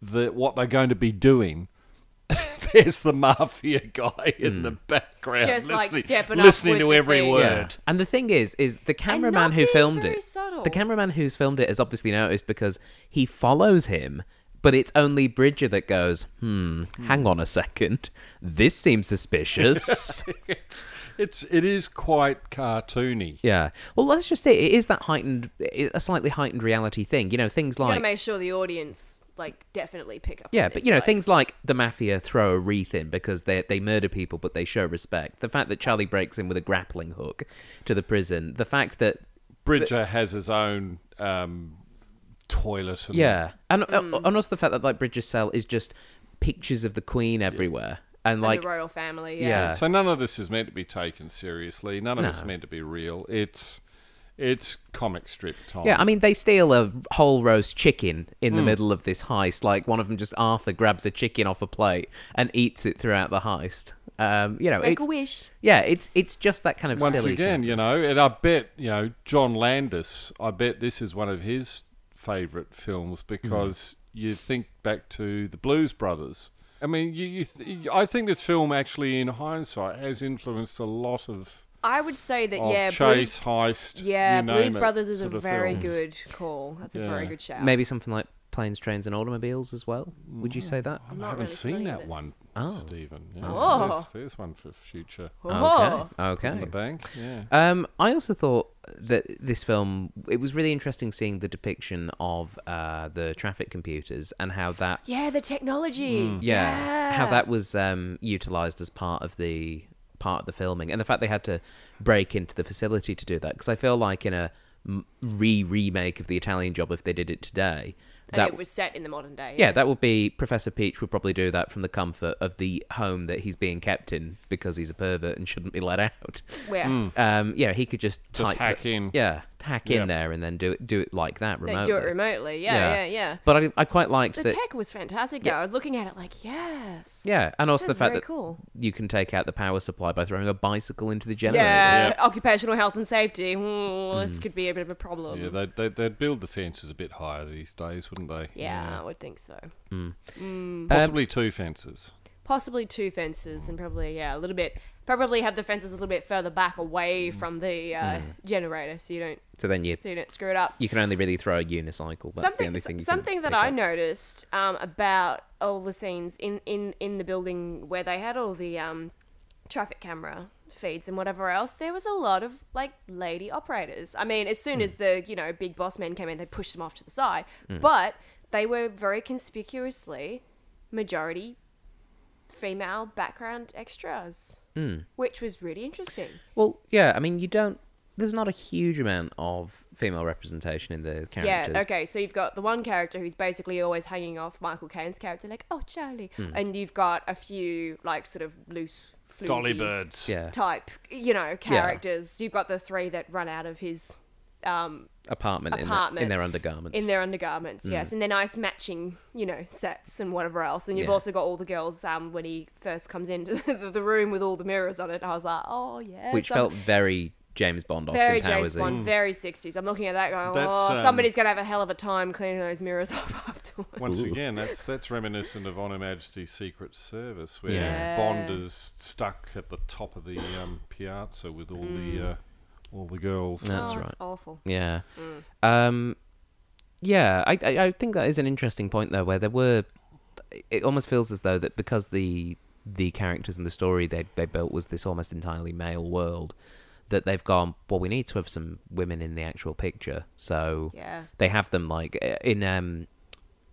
S3: that what they're going to be doing. there's the mafia guy in the background,
S2: Just, like,
S3: listening,
S2: stepping up
S3: listening
S2: with
S3: to
S2: the
S3: every
S2: thing.
S1: Yeah.
S3: word.
S1: And the thing is, is the cameraman
S2: not
S1: who
S2: being
S1: filmed
S2: very
S1: it,
S2: subtle.
S1: the cameraman who's filmed it has obviously noticed because he follows him, but it's only Bridger that goes, hmm, hang on a second, this seems suspicious.
S3: It's, it's it is quite cartoony.
S1: yeah. Well, that's just it. It is that heightened, i- a slightly heightened reality thing. You know, things
S2: You gotta
S1: like.
S2: make sure the audience like definitely pick up.
S1: Yeah,
S2: on
S1: but
S2: this,
S1: you know,
S2: like-
S1: things like the mafia throw a wreath in because they they murder people but they show respect. The fact that Charlie breaks in with a grappling hook to the prison, the fact
S3: Mm.
S1: that
S3: Bridger has his own um, toilet. And
S1: yeah, and uh, and also the fact that like Bridger's cell is just pictures of the Queen everywhere and
S2: And
S1: like
S2: the royal family. Yeah.
S1: yeah.
S3: So none of this is meant to be taken seriously. None of
S1: Uh, No.
S3: it's meant to be real. It's it's comic strip time.
S1: Yeah, I mean, they steal a whole roast chicken in
S3: Mm.
S1: the middle of this heist. Like, one of them just, Arthur, grabs a chicken off a plate and eats it throughout the heist. Um, you know,
S2: Make
S1: it's,
S2: a wish.
S1: yeah, it's it's just that kind of
S3: once
S1: silly
S3: again, you
S1: campus.
S3: know, and I bet you know John Landis. I bet this is one of his favourite films
S1: Mm.
S3: because you think back to the Blues Brothers. I mean, you, you th- I think this film actually, in hindsight, has influenced a lot of,
S2: I would say that
S1: Oh,
S3: of
S2: yeah,
S3: chase
S2: Blues,
S3: heist.
S2: yeah,
S3: you name
S2: Blues
S3: it,
S2: Brothers is a
S3: sort of
S2: very
S3: films.
S2: good call. That's a very
S3: Yeah.
S2: good shout.
S1: Maybe something like planes, trains, and automobiles as well. Would you say that?
S2: I'm
S3: I
S2: not
S3: haven't
S2: really
S3: seen
S2: familiar
S3: that
S2: with it.
S3: one,
S1: Oh.
S3: Stephen. Yeah,
S2: Oh.
S3: there's, there's one for future.
S2: Oh,
S1: Okay.
S3: On the
S1: okay.
S3: bank, yeah.
S1: Um, I also thought that this film it was really interesting seeing the depiction of uh, the traffic computers and how that
S2: yeah, the technology.
S3: Mm.
S1: yeah, how that was um, utilized as part of the part of the filming and the fact they had to break into the facility to do that because I feel like in a re remake of the Italian Job if they did it today
S2: and
S1: that
S2: it was set in the modern day.
S1: yeah, that would be Professor Peach would probably do that from the comfort of the home that he's being kept in because he's a pervert and shouldn't be let out.
S2: where
S3: Mm.
S1: Um, yeah, he could just,
S3: Hmm. Just
S1: type
S3: hack in.
S1: Yeah, hack
S3: Yeah.
S1: in there and then do it do it like that
S2: they
S1: remotely.
S2: do it remotely. Yeah, yeah, yeah.
S1: But I, I quite liked
S2: The
S1: that.
S2: tech was fantastic. Yeah, I was looking at it like, yes.
S1: yeah, and also the
S2: That's
S1: fact
S2: very
S1: that
S2: cool.
S1: you can take out the power supply by throwing a bicycle into the generator.
S2: Yeah,
S3: Yeah. Mm.
S2: occupational health and safety. Hmm, This could be a bit of a
S1: Um,
S2: problem.
S3: Yeah,
S2: Yeah,
S3: they'd, they'd, they'd build the fences a bit higher these days, wouldn't they?
S2: I would think so.
S3: Possibly two fences.
S2: Possibly two fences, and probably yeah, a little bit. Probably have the fences a little bit further back away
S3: Mm.
S2: from the uh, generator, so you don't
S1: So then you
S2: so you don't screw it up.
S1: you can only really throw a unicycle. That's the
S2: something
S1: only thing. You can
S2: something that
S1: pick
S2: I
S1: up.
S2: noticed um, about all the scenes in, in, in the building where they had all the um, traffic camera feeds and whatever else, there was a lot of like lady operators. I mean, as soon as
S1: Hmm.
S2: the you know big boss men came in, they pushed them off to the side, but they were very conspicuously majority female background extras,
S1: Hmm.
S2: which was really interesting.
S1: Well, yeah, I mean you don't. There's not a huge amount of female representation in the characters.
S2: Yeah, okay. So you've got the one character who's basically always hanging off Michael Caine's character, like, oh, Charlie.
S1: Hmm.
S2: And you've got a few, like, sort of loose, floozy
S3: birds.
S1: Yeah,
S2: type, you know, characters. You've got the three that run out of his, um,
S1: apartment, in the- In,
S2: Apartment.
S1: their undergarments.
S2: in their undergarments,
S1: Hmm.
S2: yes. And they're nice matching, you know, sets and whatever else. And you've
S1: Yeah.
S2: also got all the girls, um, when he first comes into the, the room with all the mirrors on it. I was like, oh, yeah.
S1: which
S2: some-
S1: felt very James Bond, Austin
S2: very
S1: Powers. eh?
S2: James Bond, very 60s. I'm looking at that going,
S3: That's,
S2: oh,
S3: um,
S2: somebody's going to have a hell of a time cleaning those mirrors up afterwards.
S3: Once again, that's that's reminiscent of On Her Majesty's Secret Service, where
S1: Yeah.
S3: Bond is stuck at the top of the um, piazza with all the uh, all the girls.
S1: That's
S2: oh,
S1: right.
S2: It's awful.
S1: Yeah.
S2: Mm.
S1: Um, yeah, I, I I think that is an interesting point though, where there were. It almost feels as though that because the the characters and the story they they built was this almost entirely male world, that they've gone. Well, we need to have some women in the actual picture, so
S2: Yeah.
S1: they have them like uh, in um.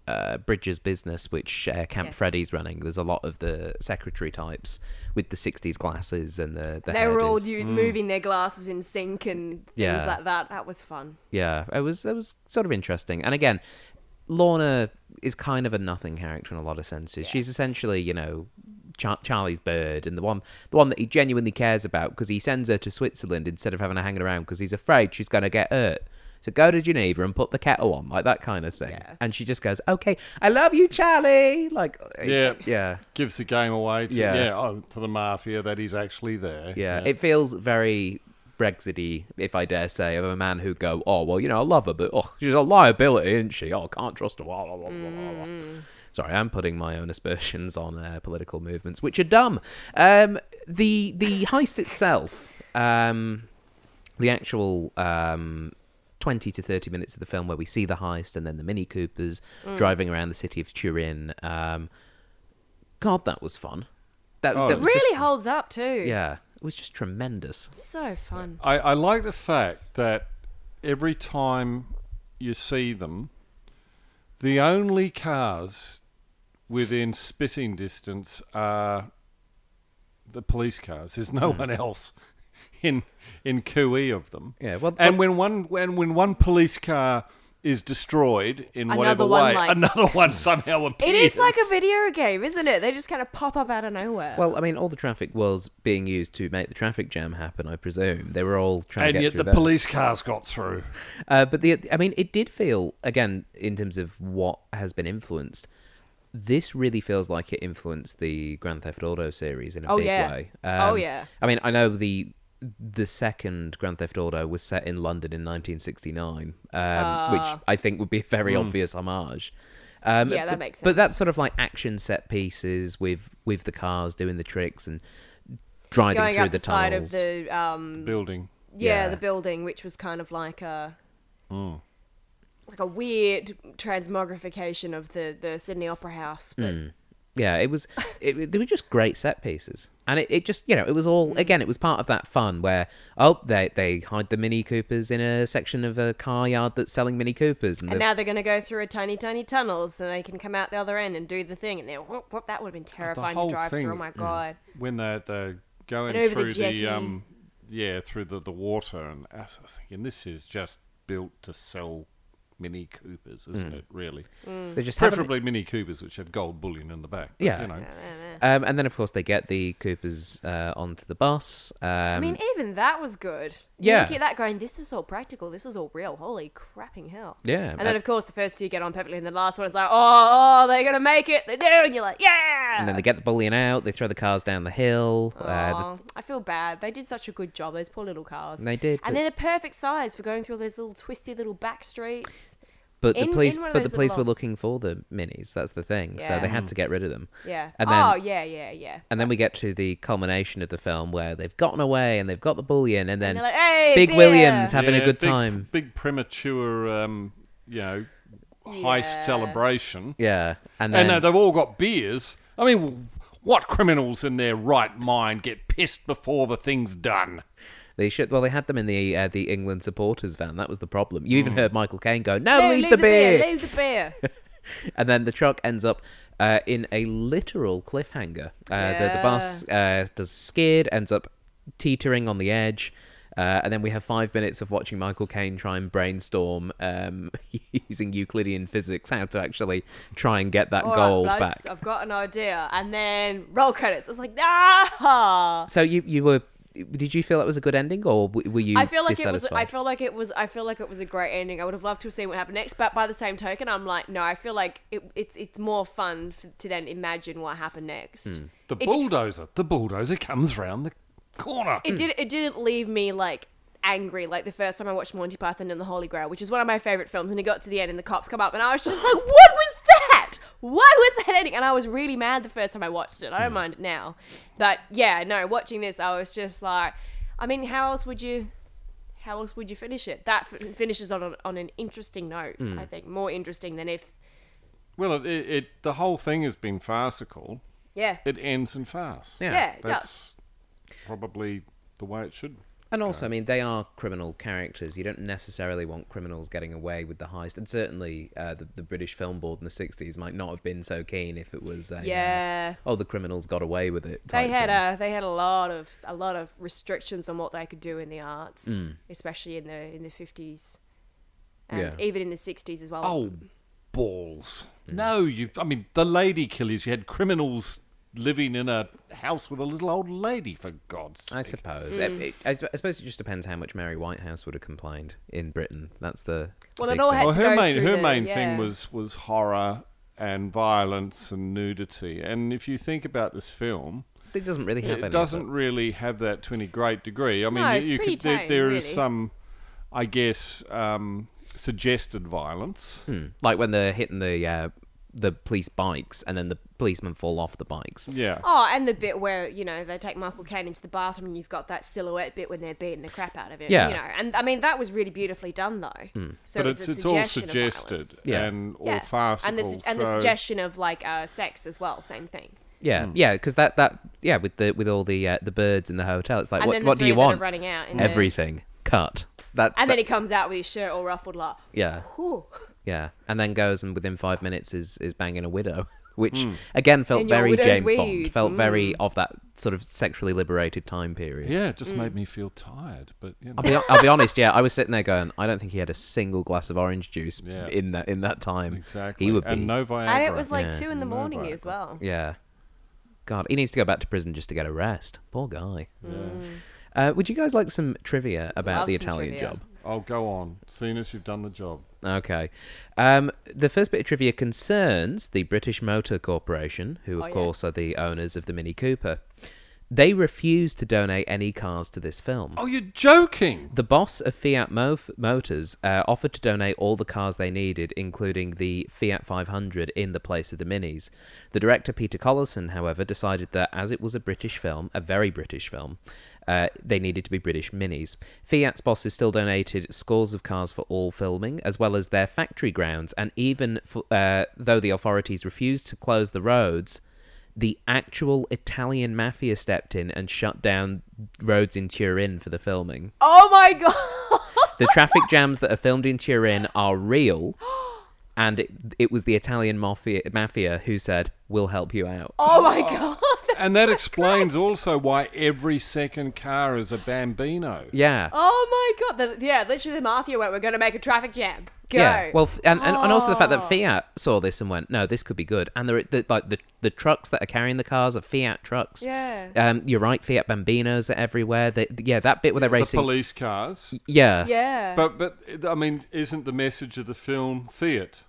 S1: Uh, Bridges business, which uh, Camp
S2: Yes.
S1: Freddy's running. There's a lot of the secretary types with the '60s glasses and the. the
S2: they were all
S1: hairdos.
S2: you moving their glasses in sync and
S1: Yeah.
S2: things like that. That was fun.
S1: Yeah, it was it was sort of interesting. And again, Lorna is kind of a nothing character in a lot of senses. She's essentially, you know, Char- Charlie's bird and the one the one that he genuinely cares about because he sends her to Switzerland instead of having her hanging around because he's afraid she's going to get hurt. So go to Geneva and put the kettle on, like that kind of thing.
S2: Yeah.
S1: And she just goes, "Okay, I love you, Charlie." Like, it's,
S3: Yeah.
S1: yeah,
S3: Gives the game away to
S1: Yeah.
S3: yeah, oh, to the mafia that he's actually there.
S1: yeah, It feels very Brexity, if I dare say, of a man who go, "Oh well, you know, I love her, but oh, she's a liability, isn't she? Oh, I can't trust her." Blah, blah, blah, blah, blah, blah." Sorry, I'm putting my own aspersions on uh, political movements, which are dumb. Um, the the heist itself, um, the actual um, 20 to 30 minutes of the film where we see the heist and then the Mini Coopers driving around the city of Turin. Um, God, that was fun. That,
S3: Oh,
S1: that
S3: it
S1: was
S2: really
S1: just-
S2: holds up too.
S1: yeah, it was just tremendous.
S2: So fun.
S3: I, I like the fact that every time you see them, the only cars within spitting distance are the police cars. There's
S1: Hmm.
S3: no one else in in cooey of them.
S1: Yeah, well-
S3: and when one when when one police car is destroyed in whatever
S2: Another one,
S3: way,
S2: like-
S3: another one somehow appears.
S2: It is like a video game, isn't it? They just kind of pop up out of nowhere.
S1: Well, I mean, all the traffic was being used to make the traffic jam happen. I presume they were all trying to
S3: and
S1: get
S3: yet
S1: through
S3: the
S1: there.
S3: police cars got through.
S1: Uh, but the, I mean, it did feel again in terms of what has been influenced. This really feels like it influenced the Grand Theft Auto series in a
S2: Oh,
S1: big
S2: yeah.
S1: way. Um,
S2: Oh, yeah.
S1: I mean, I know the the second Grand Theft Auto was set in London in 1969, um, which I think would be a very obvious homage. Um,
S2: Ah. Yeah, that
S1: but-
S2: makes
S1: But
S2: sense.
S1: that's sort of like action set pieces with with the cars doing the tricks and driving
S2: Going
S1: through
S2: up
S1: the
S2: the, side
S1: tunnels.
S2: of the um,
S3: Building.
S2: yeah,
S1: Yeah. Mm.
S2: the building, which was kind of like a like a weird transmogrification of the the Sydney Opera House. But
S1: Yeah, it was. It, it- they were just great set pieces, and it, it just you know it was
S2: Hmm.
S1: all again. It was part of that fun where oh they they hide the Mini Coopers in a section of a car yard that's selling Mini Coopers, and,
S2: and
S1: the-
S2: now they're going to go through a tiny, tiny tunnel, so they can come out the other end and do the thing. And they're whoop, whoop, that would have been terrifying to
S3: whole
S2: drive
S3: thing-
S2: through. Oh my god!
S3: when they're, they're going
S2: And over the
S3: through the,
S2: jetty.
S3: um yeah through the, the water and uh, I was thinking this is just built to sell mini coopers isn't
S1: Mm.
S3: it really
S2: Mm.
S1: they just have it.
S3: preferably mini coopers which have gold bullion in the back but,
S1: Yeah.
S3: you know
S1: Um, and then of course they get the Coopers uh, onto the bus. Um,
S2: I mean, even that was good.
S1: yeah.
S2: you look at that going. This is all practical. This is all real. Holy crapping hell!
S1: Yeah,
S2: And then
S1: uh,
S2: of course the first two get on perfectly, and the last one is like, oh, oh they're gonna make it. They do, and you're like, yeah.
S1: and then they get the bullion out. They throw the cars down the hill. Uh,
S2: Aw, I feel bad. They did such a good job. Those poor little cars.
S1: They did, but-
S2: and they're the perfect size for going through all those little twisty little back streets.
S1: the- but
S2: in-
S1: the
S2: in
S1: police,
S2: one of
S1: but the
S2: those
S1: police were
S2: little-
S1: looking for the minis. That's the thing. So
S2: Yeah.
S1: they had to get rid of them.
S2: Yeah.
S1: And then-
S2: oh yeah, yeah, yeah.
S1: And then we get to the culmination of the film where they've gotten away and they've got the bullion, and then
S2: they're like, "Hey,
S1: Big
S2: beer!"
S1: Williams having
S3: Yeah,
S1: a good
S3: big-
S1: time.
S3: big premature um you know heist
S2: Yeah.
S3: celebration
S1: Yeah, and then
S3: and uh, they've all got beers i mean what criminals in their right mind get pissed before the thing's done
S1: they should. Well, they had them in the uh, the England supporters van. That was the problem. You even heard Michael Caine go, "No,
S2: No,
S1: leave, the, beer,",
S2: Mm. Leave the beer.
S1: and then the truck ends up. Uh, in a literal cliffhanger, uh, the, the bus uh, does a skid, ends up teetering on the edge, uh, and then we have five minutes of watching Michael Caine try and brainstorm um, using Euclidean physics how to actually try and get that
S2: All right,
S1: gold
S2: blokes,
S1: back.
S2: I've got an idea. And then roll credits. It's like, ah.
S1: So you you were did you feel that was a good ending or w- were you
S2: I feel like it was.
S1: dissatisfied?
S2: I feel like it was. I feel like it was a great ending. I would have loved to have seen what happened next. But by the same token, I'm like, no. I feel like it, it's it's more fun f to then imagine what happened next.
S1: Hmm.
S3: the
S2: It-
S3: bulldozer the bulldozer comes round the corner
S2: it did it didn't leave me like angry like the first time I watched Monty Python and the Holy Grail, which is one of my favorite films, and it got to the end and the cops come up and I was just like, What was that? What was that ending? And I was really mad the first time I watched it. I
S3: Hmm.
S2: don't mind it now. But yeah, no, watching this I was just like I mean, how else would you how else would you finish it? That f- finishes on, on on an interesting note,
S3: Hmm.
S2: I think. More interesting than if
S3: Well, it, it, it the whole thing has been farcical.
S2: yeah.
S3: It ends in farce.
S1: Yeah.
S2: yeah, it does.
S3: that's probably the way it should.
S1: and also, I mean, they are criminal characters. You don't necessarily want criminals getting away with the heist, and certainly uh, the, the British Film Board in the '60s might not have been so keen if it was a uh,
S2: Yeah.
S1: oh, the criminals got away with it.
S2: they
S1: type
S2: had
S1: thing.
S2: a they had a lot of a lot of restrictions on what they could do in the arts,
S1: Mm.
S2: especially in the in the fifties, and
S1: Yeah.
S2: even in the sixties as well.
S3: Oh, balls!
S2: Mm.
S3: No, you. I mean, the lady killers. You had criminals living in a house with a little old lady. For God's sake!
S1: I
S2: Mm.
S1: suppose. It- it- I, s- I suppose it just depends how much Mary Whitehouse would have complained in Britain. That's the
S2: Well,
S1: the
S2: it
S1: big
S2: all
S1: thing.
S2: had
S3: Well,
S2: to
S3: her
S2: go
S3: main
S2: through
S3: her
S2: the-
S3: main
S2: yeah.
S3: thing was was horror and violence and nudity. And if you think about this film,
S1: It doesn't really have any.
S3: it
S1: of
S3: doesn't
S1: that.
S3: really have that to any great degree. I mean,
S2: No,
S3: you,
S2: it's
S3: you
S2: pretty
S3: could there,
S2: tame,
S3: there is
S2: really.
S3: some, I guess, um, suggested violence.
S1: mm, Hmm. Like when they're hitting the uh, the police bikes, and then the policemen fall off the bikes.
S3: Yeah.
S2: Oh, and the bit where you know they take Michael Caine into the bathroom, and you've got that silhouette bit when they're beating the crap out of him.
S1: Yeah. Mm.
S2: you know, and I mean that was really beautifully done though. So it
S3: but
S2: was
S3: it's
S2: a
S3: it's all
S2: suggestion of
S3: suggested
S2: violence.
S1: Yeah.
S3: and all
S2: yeah.
S3: farcical.
S2: and the su- and the
S3: so-
S2: suggestion of like uh, sex as well, same thing.
S3: Hmm.
S1: Yeah, yeah, because that that yeah with the with all the uh, the birds in the hotel, it's like
S2: And
S1: what
S2: then the
S1: what do
S2: three
S1: you
S2: that are
S1: want?
S2: running out in the-
S1: Everything cut. Mm. That
S2: And then
S1: that-
S2: he comes out with his shirt all ruffled, like,
S1: yeah
S2: "Ooh."
S1: yeah, and then goes and within five minutes is is banging a widow, which
S3: Mm.
S1: again felt
S2: And your
S1: very
S2: widow's
S1: James
S2: weeds,
S1: Bond, felt very
S2: mm.
S1: of that sort of sexually liberated time period.
S3: Yeah, it just
S2: Hmm.
S3: made me feel tired. But you know.
S1: I'll be, I'll be honest. Yeah, I was sitting there going, I don't think he had a single glass of orange juice
S3: Yeah.
S1: in that in that time.
S3: exactly.
S1: He would
S3: and
S1: be.
S3: no Viagra.
S2: and it was like
S1: Yeah.
S2: two in the
S3: No
S2: morning
S3: Viagra.
S2: as well.
S1: Yeah. God, he needs to go back to prison just to get a rest. Poor guy. Uh, would you guys like some trivia about
S2: Mm. Love
S1: the
S2: some
S1: Italian
S2: trivia.
S1: job?
S3: I'll Oh, go on. Soon as you've done the job.
S1: Okay. Um, the first bit of trivia concerns the British Motor Corporation, who, of
S2: Oh, yeah.
S1: course, are the owners of the Mini Cooper. They refused to donate any cars to this film.
S3: Oh, you're joking.
S1: The boss of Fiat Mo- Motors uh, offered to donate all the cars they needed, including the Fiat 500, in the place of the Minis. The director, Peter Collison, however, decided that as it was a British film, a very British film, uh, they needed to be British Minis. Fiat's bosses still donated scores of cars for all filming, as well as their factory grounds, and even f- uh, though the authorities refused to close the roads, the actual Italian mafia stepped in and shut down roads in Turin for the filming.
S2: Oh my god!
S1: The traffic jams that are filmed in Turin are real, and it, it was the Italian mafia, mafia who said, "We'll help you out."
S2: Oh my god!
S3: And that explains also why every second car is a Bambino.
S1: Yeah.
S2: Oh my god! The, yeah, literally the mafia went, "We're gonna make a traffic jam." Go. Oh.
S1: Yeah. Well, f- and, and, and also the fact that Fiat saw this and went, "No, this could be good." And the, the like the the trucks that are carrying the cars are Fiat trucks.
S2: Yeah.
S1: Um, you're right. Fiat Bambinos are everywhere. They, yeah, that bit where they're
S3: The
S1: racing.
S3: police cars.
S1: yeah.
S2: yeah.
S3: But but I mean, isn't the message of the film Fiat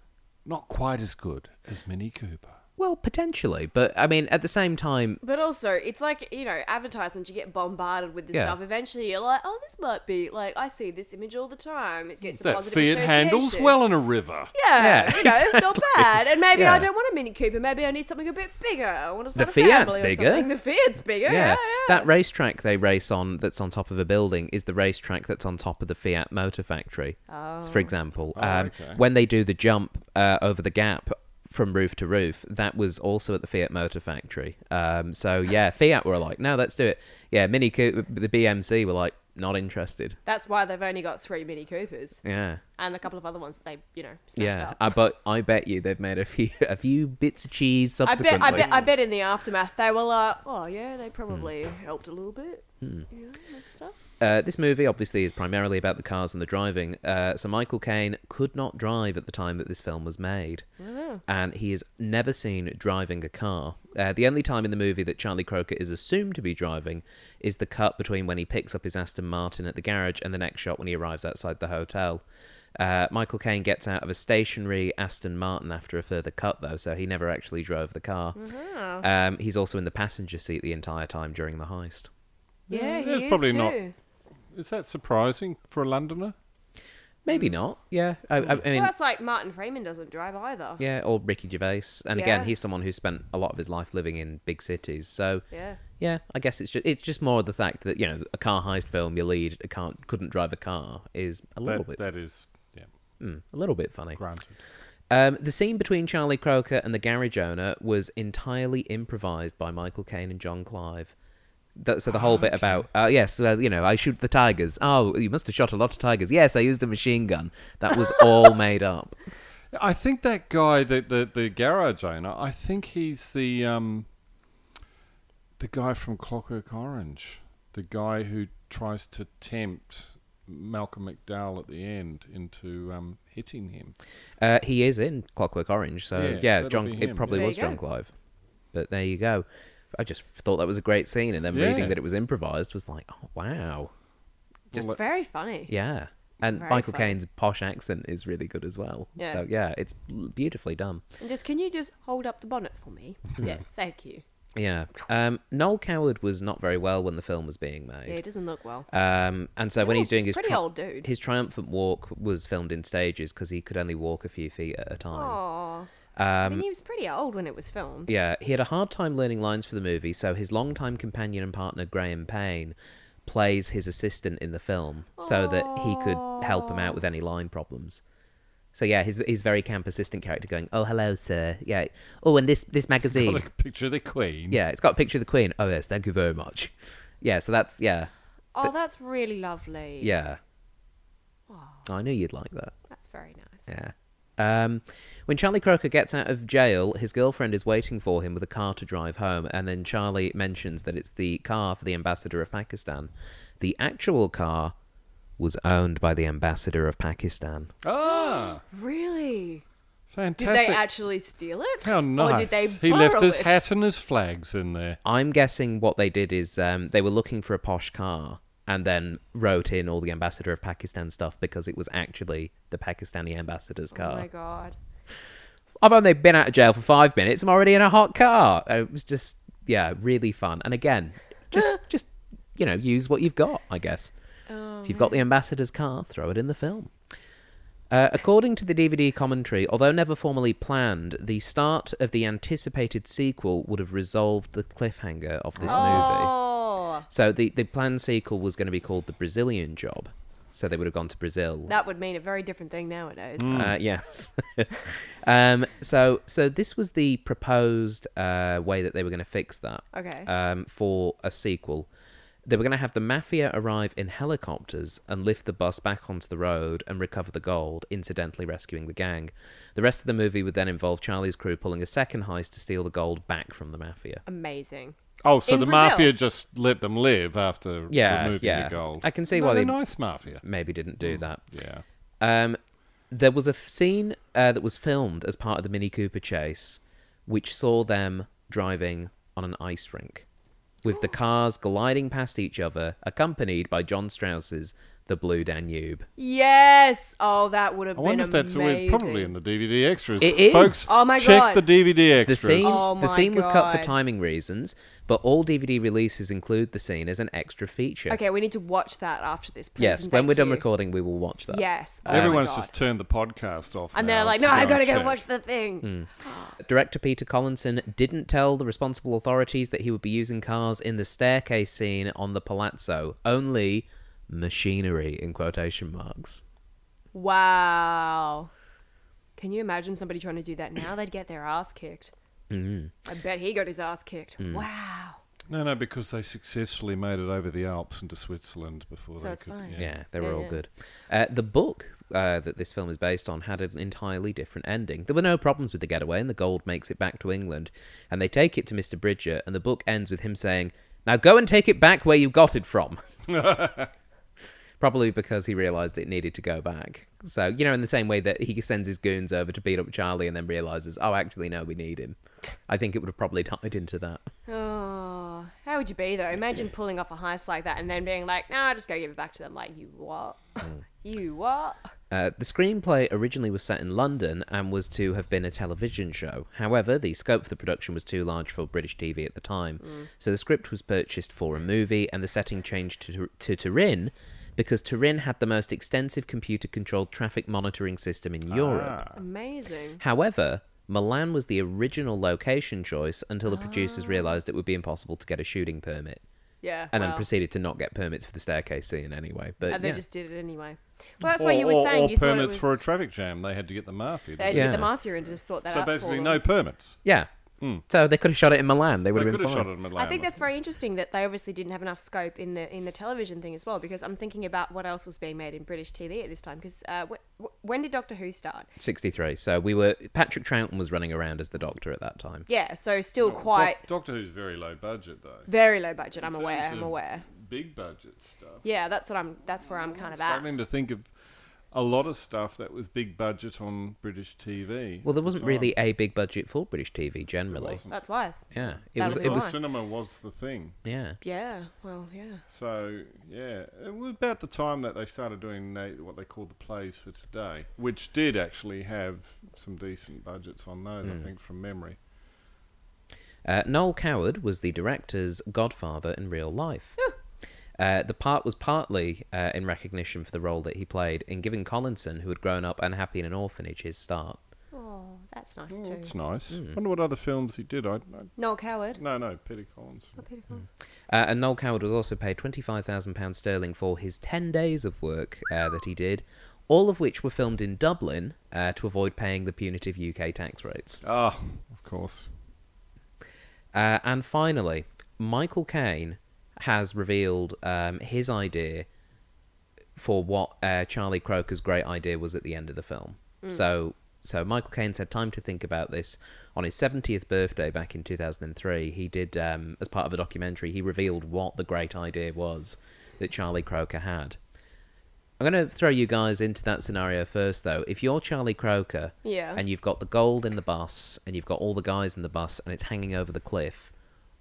S3: not quite as good as Mini Cooper?
S1: Well, potentially, but I mean, at the same time,
S2: But also, it's like, you know, advertisements, you get bombarded with this
S1: Yeah.
S2: stuff. Eventually, you're like, oh, this might be, like, I see this image all the time. It gets a
S3: That
S2: positive
S3: Fiat handles
S2: association.
S3: well in a river.
S2: Yeah,
S1: Yeah,
S2: you know, it's not bad. And maybe
S1: Yeah.
S2: I don't want a Mini Cooper. Maybe I need something a bit bigger. I want to start
S1: The
S2: a
S1: Fiat's
S2: family
S1: bigger.
S2: Or something. The Fiat's bigger. Yeah,
S1: yeah,
S2: yeah.
S1: that racetrack they race on that's on top of a building is the racetrack that's on top of the Fiat Motor Factory.
S2: Oh.
S1: For example, um,
S3: okay.
S1: when they do the jump uh, over the gap from roof to roof, that was also at the Fiat Motor Factory. Um, so yeah, Fiat were like, no, let's do it. Yeah, Mini Cooper, the BMC were like, not interested.
S2: That's why they've only got three Mini Coopers
S1: Yeah.
S2: and a couple of other ones that they, you know, smashed
S1: Yeah,
S2: up.
S1: I, but I bet you they've made a few a few bits of cheese
S2: I
S1: subsequently.
S2: bet, I bet, I bet in the aftermath they were like, oh yeah, they probably
S1: Hmm.
S2: helped a little bit. Yeah, and stuff.
S1: Uh, this movie obviously is primarily about the cars and the driving. Uh, so Michael Caine could not drive at the time that this film was made, and he is never seen driving a car. Uh, the only time in the movie that Charlie Croker is assumed to be driving is the cut between when he picks up his Aston Martin at the garage and the next shot when he arrives outside the hotel. Uh, Michael Caine gets out of a stationary Aston Martin after a further cut, though, so he never actually drove the car. Um, he's also in the passenger seat the entire time during the heist.
S2: Yeah,
S3: it's
S2: he is
S3: probably
S2: too.
S3: not- Is that surprising for a Londoner?
S1: Maybe not. Yeah, I, I, I mean,
S2: Well, that's like Martin Freeman doesn't drive either.
S1: Yeah, or Ricky Gervais. And again,
S2: Yeah.
S1: he's someone who spent a lot of his life living in big cities. So
S2: Yeah.
S1: yeah, I guess it's just it's just more the fact that you know a car heist film, your lead can't couldn't drive a car is a little
S3: That,
S1: bit
S3: that is, yeah,
S1: mm, a little bit funny.
S3: granted.
S1: Um, the scene between Charlie Croker and the garage owner was entirely improvised by Michael Caine and John Clive. That, so the
S3: Ah,
S1: whole bit about uh, yes, uh, you know, I shoot the tigers. Oh, you must have shot a lot of tigers. Yes, I used a machine gun. That was all made up.
S3: I think that guy, the, the the garage owner, I think he's the um, the guy from Clockwork Orange, the guy who tries to tempt Malcolm McDowell at the end into um, hitting him.
S1: Uh, he is in Clockwork Orange, so
S3: Yeah,
S1: yeah,
S3: that'll
S1: John.
S3: be
S1: It
S3: him,
S1: probably
S2: yeah.
S1: was
S2: There you
S1: John
S2: go.
S1: Clive. But there you go. I just thought that was a great scene, and then
S3: Yeah.
S1: reading that it was improvised was like, oh wow,
S2: Just
S3: Well,
S2: very funny.
S1: yeah. And
S2: very
S1: Michael
S2: funny.
S1: Caine's posh accent is really good as well.
S2: Yeah.
S1: So yeah, it's beautifully done.
S2: And just can you just hold up the bonnet for me?
S1: Hmm.
S2: yes, thank you.
S1: Yeah. Um, Noel Coward was not very well when the film was being made.
S2: Yeah, it doesn't look well.
S1: Um, and so when he's
S2: old-
S1: doing
S2: he's
S1: his
S2: pretty old dude.
S1: his triumphant walk was filmed in stages because he could only walk a few feet at a time. Um,
S2: Aw. and he was pretty old when it was filmed.
S1: Yeah, he had a hard time learning lines for the movie, so his longtime companion and partner Graham Payne plays his assistant in the film so that he could help him out with any line problems. So yeah, his his very camp assistant character going, "Oh, hello, sir." Yeah. Oh, and this this magazine.
S3: Got a picture of the Queen.
S1: Yeah, it's got a picture of the Queen. Oh yes, thank you very much. Yeah, so that's yeah,
S2: Oh, that's really lovely.
S1: yeah. I knew you'd like that.
S2: That's very nice.
S1: Yeah. Um, when Charlie Croker gets out of jail, his girlfriend is waiting for him with a car to drive home, and then Charlie mentions that it's the car for the ambassador of Pakistan. The actual car was owned by the ambassador of Pakistan.
S3: Ah,
S2: Really? Did
S3: fantastic.
S2: they actually steal it?
S3: How
S2: Or
S3: nice.
S2: did they
S3: he left
S2: borrow
S3: his
S2: it?
S3: hat and his flags in there.
S1: I'm guessing what they did is um, they were looking for a posh car and then wrote in all the ambassador of Pakistan stuff because it was actually the Pakistani ambassador's
S2: Oh
S1: car.
S2: my god.
S1: I've only been out of jail for five minutes. I'm already in a hot car. And It was just, yeah, really fun. And again, just, just you know, use what you've got, I guess. if you've got the ambassador's car, throw it in the film. Uh, according to the DVD commentary, although never formally planned, the start of the anticipated sequel would have resolved the cliffhanger of this movie.
S2: Oh,
S1: So the, the planned sequel was going to be called The Brazilian Job. So they would have gone to Brazil.
S2: that would mean a very different thing nowadays.
S3: Mm.
S1: Uh, yes. um, so, so this was the proposed uh, way that they were going to fix that
S2: Okay.
S3: Uh,
S1: um, for a sequel. They were going to have the mafia arrive in helicopters and lift the bus back onto the road and recover the gold, incidentally rescuing the gang. The rest of the movie would then involve Charlie's crew pulling a second heist to steal the gold back from the mafia.
S2: Amazing.
S3: Oh, so
S2: In
S3: the
S2: Brazil.
S3: mafia just let them live after
S1: Yeah,
S3: removing
S1: yeah.
S3: the gold.
S1: I can see
S3: no,
S1: why
S3: they're
S1: they-
S3: nice mafia.
S1: Maybe didn't do that.
S3: Yeah.
S1: Um, there was a f- scene uh, that was filmed as part of the Mini Cooper chase, which saw them driving on an ice rink, with the cars gliding past each other, accompanied by John Strauss's "The Blue Danube."
S2: Yes. Oh, that would have
S3: I
S2: been
S3: wonder if that's
S2: amazing.
S3: always probably in the DVD extras.
S1: It is.
S3: Folks,
S2: Oh my God.
S3: check the DVD
S1: The
S3: extras.
S1: scene,
S2: Oh
S1: the
S2: my
S1: scene was cut for
S2: God.
S1: timing reasons, but all DVD releases include the scene as an extra feature.
S2: Okay, we need to watch that after this. Please
S1: Yes,
S2: and
S1: when
S2: thank
S1: we're done
S2: you.
S1: recording, we will watch that.
S2: Yes. Oh my
S3: Everyone's
S2: God.
S3: just turned the podcast off.
S2: And
S3: now
S2: they're like,
S3: to
S2: no, I
S3: and
S2: gotta go
S3: check."
S2: watch the thing.
S3: Hmm.
S1: Director Peter Collinson didn't tell the responsible authorities that he would be using cars in the staircase scene on the palazzo, only machinery in quotation marks.
S2: Wow. Can you imagine somebody trying to do that now? They'd get their ass kicked.
S3: Mm-hmm.
S2: I bet he got his ass kicked.
S3: Hmm.
S2: Wow.
S3: No, no, because they successfully made it over the Alps into Switzerland before
S2: So
S3: they
S2: it's
S3: could.
S2: fine.
S1: Yeah,
S3: Yeah.
S1: they were
S2: Yeah,
S1: all
S2: yeah.
S1: good. Uh, the book uh, that this film is based on had an entirely different ending. There were no problems with the getaway, and the gold makes it back to England. And they take it to Mr. Bridger, and the book ends with him saying, Now go and take it back where you got it from. Probably because he realised it needed to go back. So, you know, in the same way that he sends his goons over to beat up Charlie and then realises, oh, actually, no, we need him. I think it would have probably tied into that.
S2: Oh, how would you be though? Imagine pulling off a heist like that and then being like, nah, just go give it back to them. Like, you what?
S3: Hmm.
S2: you what?
S1: Uh, the screenplay originally was set in London and was to have been a television show. However, the scope for the production was too large for British TV at the time,
S2: Mm.
S1: so the script was purchased for a movie and the setting changed to, to Turin because Turin had the most extensive computer controlled traffic monitoring system in
S2: Ah.
S1: Europe.
S3: Ah.
S2: Amazing.
S1: However, Milan was the original location choice until the
S2: Ah.
S1: producers realised it would be impossible to get a shooting permit
S2: Yeah.
S1: and then
S2: wow.
S1: proceeded to not get permits for the staircase scene anyway. But
S2: And they
S1: yeah.
S2: just did it anyway. Well, that's
S3: Or,
S2: why you were
S3: or-
S2: saying
S3: or
S2: you thought it
S3: permits
S2: was.
S3: for a traffic jam. They had to get the mafia. to
S2: they
S3: do
S1: Yeah.
S2: did the mafia and just sort that
S3: So
S2: out. for
S3: basically,
S2: them.
S3: no permits.
S1: Yeah.
S2: Hmm.
S1: So they could have shot it in Milan. They would
S3: They
S1: have
S3: could
S1: been
S3: have
S1: fine.
S3: shot it in Milan.
S2: I think that's very interesting that they obviously didn't have enough scope in the in the television thing as well because I'm thinking about what else was being made in British TV at this time because uh, wh- wh- when did Doctor Who start?
S1: 63. So we were Patrick Troughton was running around as the Doctor at that time.
S2: Yeah, so still
S3: Doc-
S2: quite
S3: Doctor Who's very low budget though.
S2: very low budget. I'm
S3: In
S2: aware.
S3: terms
S2: I'm
S3: of
S2: aware.
S3: Big budget stuff.
S2: Yeah, that's what I'm. That's where I'm kind of at.
S3: Struggling to think of a lot of stuff that was big budget on British TV.
S1: Well, there
S3: at
S1: wasn't
S3: the
S1: really
S3: time.
S1: a big budget for British TV generally.
S3: wasn't.
S2: That's why.
S1: Yeah, it
S2: That
S1: was.
S2: would
S1: It
S2: be
S1: was.
S2: why.
S3: Cinema was the thing.
S1: Yeah,
S2: Yeah. Well. Yeah.
S3: So yeah, it was about the time that they started doing they, what they call the plays for today, which did actually have some decent budgets on those.
S1: Hmm.
S3: I think from memory.
S1: Uh, Noel Coward was the director's godfather in real life. Uh, the part was partly uh, in recognition for the role that he played in giving Collinson, who had grown up unhappy in an orphanage, his start.
S2: Oh, That's nice
S3: Mm,
S2: too.
S3: It's Mm. nice.
S1: Hmm.
S3: Wonder what other films he did. I, I
S2: Noel Coward.
S3: no no Peter Collins.
S2: Not Peter
S3: Mm.
S2: Collins.
S1: Uh, and Noel Coward was also paid £25,000 sterling for his 10 days of work uh, that he did, all of which were filmed in Dublin uh, to avoid paying the punitive UK tax rates.
S3: Ah, of course.
S1: Uh, and finally, Michael Caine has revealed um, his idea for what uh, Charlie Croker's great idea was at the end of the film. So, so Michael Caine had time to think about this on his seventieth birthday back in two thousand and three. He did, um, as part of a documentary, he revealed what the great idea was that Charlie Croker had. I'm going to throw you guys into that scenario first, though. If you're Charlie Croker,
S2: Yeah.
S1: and you've got the gold in the bus, and you've got all the guys in the bus, and it's hanging over the cliff,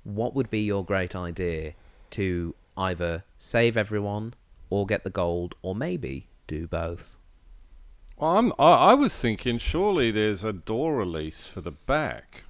S1: what would be your great idea to either save everyone, or get the gold, or maybe do both?
S3: Well, I'm, I, I was thinking surely there's a door release for the back.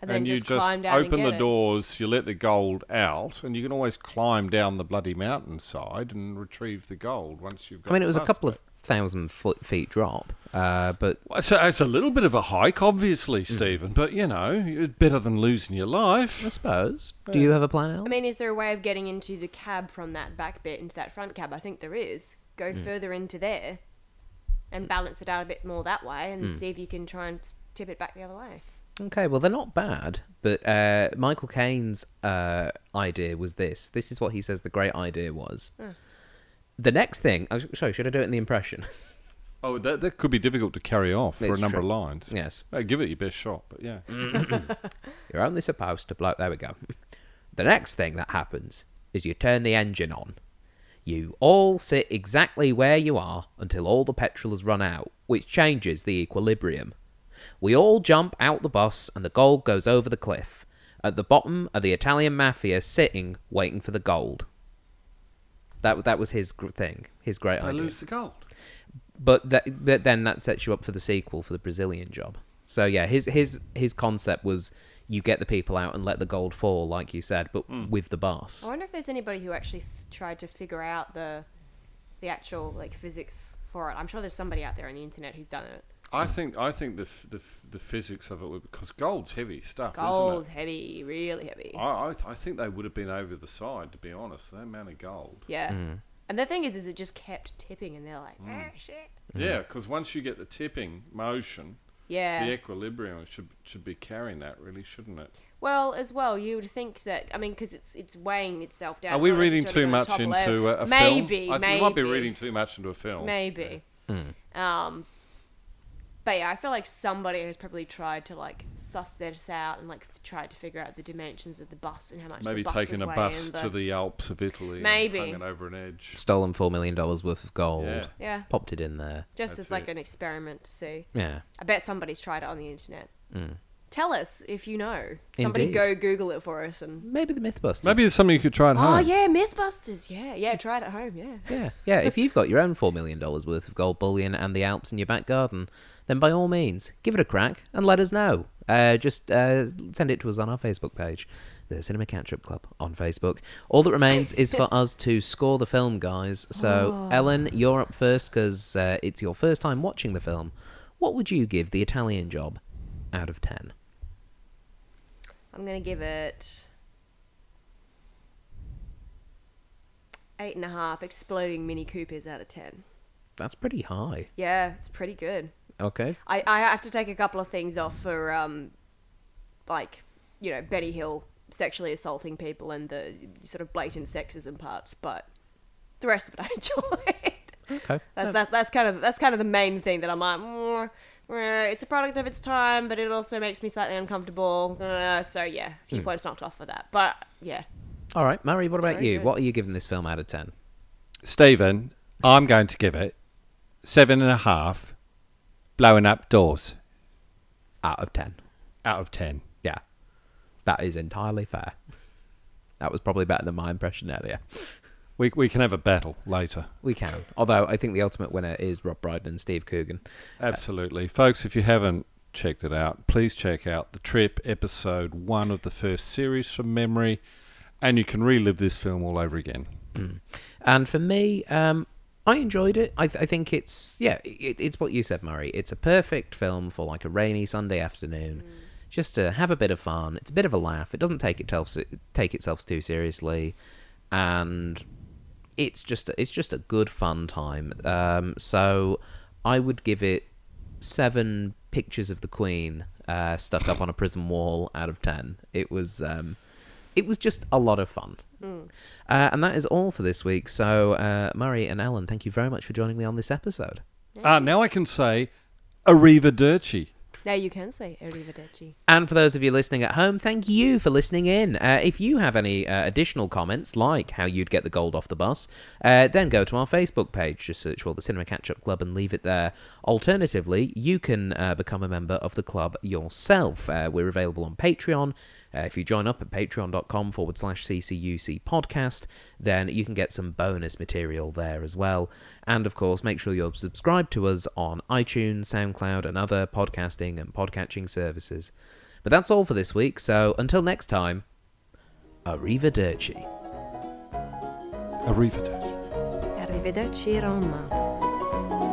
S2: And then
S3: you
S2: just, climb
S3: just
S2: down
S3: open
S2: and
S3: the
S2: get it.
S3: doors, you let the gold out, and you can always climb down the bloody mountainside and retrieve the gold once you've got
S1: I mean, it was a
S3: past
S1: couple of thousand foot feet drop, uh, but
S3: Well, it's, a, it's a little bit of a hike, obviously,
S1: Mm.
S3: Stephen, but you know, it's better than losing your
S1: I
S3: life.
S1: suppose. Do you have a plan, Al?
S2: I mean, is there a way of getting into the cab from that back bit into that front cab? I think there is. Go further into there and balance it out a bit more that way and see if you can try and s- tip it back the other way.
S1: Okay, well, they're not bad, but uh, Michael Caine's uh, idea was this. This is what he says the great idea was. The next thing, oh, sorry, should I do it in the impression?
S3: Oh, that, that could be difficult to carry off for a
S1: It's
S3: number
S1: true. Mm.
S3: of lines.
S1: yes.
S3: Uh, give it your best shot, but yeah.
S1: You're only supposed to blow. There we go. The next thing that happens is you turn the engine on. You all sit exactly where you are until all the petrol has run out, which changes the equilibrium. We all jump out the bus and the gold goes over the cliff. At the bottom are the Italian mafia sitting, waiting for the gold. That, that was his gr- thing, his great
S3: I
S1: idea.
S3: lose the gold.
S1: But that, that then that sets you up for the sequel for the Brazilian job. So yeah, his his his concept was you get the people out and let the gold fall, like you said, but
S3: Hmm.
S1: with the bus.
S2: I wonder if there's anybody who actually f- tried to figure out the the actual like physics for it. I'm sure there's somebody out there on the internet who's done it.
S3: I think I think the, f- the, f- the physics of it would, because gold's heavy stuff,
S2: Gold
S3: isn't
S2: heavy, really heavy.
S3: it? I, I I think they would have been over the side, to be honest. That amount of gold.
S2: Yeah. And the thing is, is it just kept tipping, and they're like, ah, shit.
S3: Yeah, because once you get the tipping motion,
S2: Yeah.
S3: the equilibrium should should be carrying that, really, shouldn't it?
S2: Well, as well, you would think that. I mean, because it's it's weighing itself down.
S3: Are
S2: It's
S3: we
S2: not
S3: reading
S2: necessarily
S3: too
S2: on the
S3: much
S2: top
S3: into
S2: level.
S3: a,
S2: maybe,
S3: a film? I
S2: Maybe,
S3: think we might be reading too much into a film.
S2: Maybe. Um, but yeah, I feel like somebody has probably tried to like suss this out and like f- tried to figure out the dimensions of the bus and how much.
S3: Maybe
S2: the bus
S3: taking a
S2: would weigh
S3: bus
S2: and the,
S3: to the Alps of Italy.
S2: Maybe.
S3: and hanging over an edge.
S1: Stolen four million dollars worth of gold.
S3: Yeah.
S2: Yeah,
S1: Popped it in there.
S2: just
S3: That's
S2: as like
S3: it.
S2: an experiment to see.
S1: Yeah.
S2: I bet somebody's tried it on the internet. Tell us if you know. Somebody
S1: Indeed.
S2: go Google it for us and.
S1: Maybe the Mythbusters.
S3: Maybe it's something you could try at home.
S2: Oh yeah, MythBusters. Yeah, yeah. Try it at home. Yeah.
S1: Yeah, yeah. If you've got your own four million dollars worth of gold bullion and the Alps in your back garden, then by all means, give it a crack and let us know. Uh, just uh, send it to us on our Facebook page, the Cinema Catch Up Club on Facebook. All that remains is for us to score the film, guys. So,
S2: Oh.
S1: Ellen, you're up first because uh, it's your first time watching the film. What would you give the Italian job out of ten?
S2: I'm gonna give it eight and a half exploding Mini Coopers out of ten.
S1: That's pretty high.
S2: Yeah, it's pretty good.
S1: Okay.
S2: I, I have to take a couple of things off for um, like you know Betty Hill sexually assaulting people and the sort of blatant sexism parts, but the rest of it I enjoyed.
S1: Okay.
S2: That's, that's that's kind of that's kind of the main thing that I'm like. "Mm, eh, it's a product of its time, but it also makes me slightly uncomfortable. Uh, so yeah, a few points knocked off for that. But yeah,
S1: All right, Mary. What about
S2: very
S1: you?
S2: good.
S1: What are you giving this film out of ten?
S4: Stephen, I'm going to give it seven and a half blowing up doors
S1: Out of ten.
S4: out of ten.
S1: Yeah. That is entirely fair. That was probably better than my impression earlier.
S4: We, we can have a battle later.
S1: We can. Although I think the ultimate winner is Rob Brydon and Steve Coogan.
S4: Absolutely.
S3: Folks, if you haven't checked it out, please check out The Trip, episode one of the first series from memory, and you can relive this film all over again.
S1: And for me, um, I enjoyed it. I, th- I think it's yeah, it, it's what you said, Murray. It's a perfect film for like a rainy Sunday afternoon, just to have a bit of fun. It's a bit of a laugh. It doesn't take itself take itself too seriously, and it's just it's just a good fun time. Um, so I would give it seven pictures of the Queen uh, stuck up on a prison wall out of ten. It was um, it was just a lot of fun. Uh, and that is all for this week. So uh, Murray and Ellen, thank you very much for joining me on this episode.
S4: Ah, now I can say arrivederci.
S2: Now you can say arrivederci.
S1: And for those of you listening at home, thank you for listening in. Uh, if you have any uh, additional comments, like how you'd get the gold off the bus, uh, then go to our Facebook page. Just search for the Cinema Catch Up Club and leave it there. Alternatively, you can uh, become a member of the club yourself. Uh, we're available on Patreon. Uh, if you join up at patreon.com forward slash CCUC podcast, then you can get some bonus material there as well. And of course, make sure you're subscribed to us on iTunes, SoundCloud, and other podcasting and podcatching services. But that's all for this week, so until next time, arrivederci.
S4: Arrivederci.
S2: Arrivederci, Roma.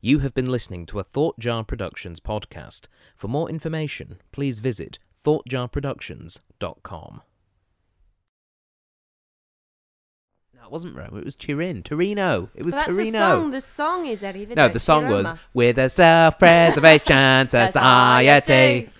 S1: You have been listening to a Thought Jar Productions podcast. For more information, please visit thoughtjarproductions.com. No, it wasn't Rome. It was Turin. Torino. It was
S2: But that's
S1: Torino.
S2: the song. The song is arrivederci.
S1: No, the song
S2: Roma.
S1: was with a self preservation
S2: Society.
S1: society.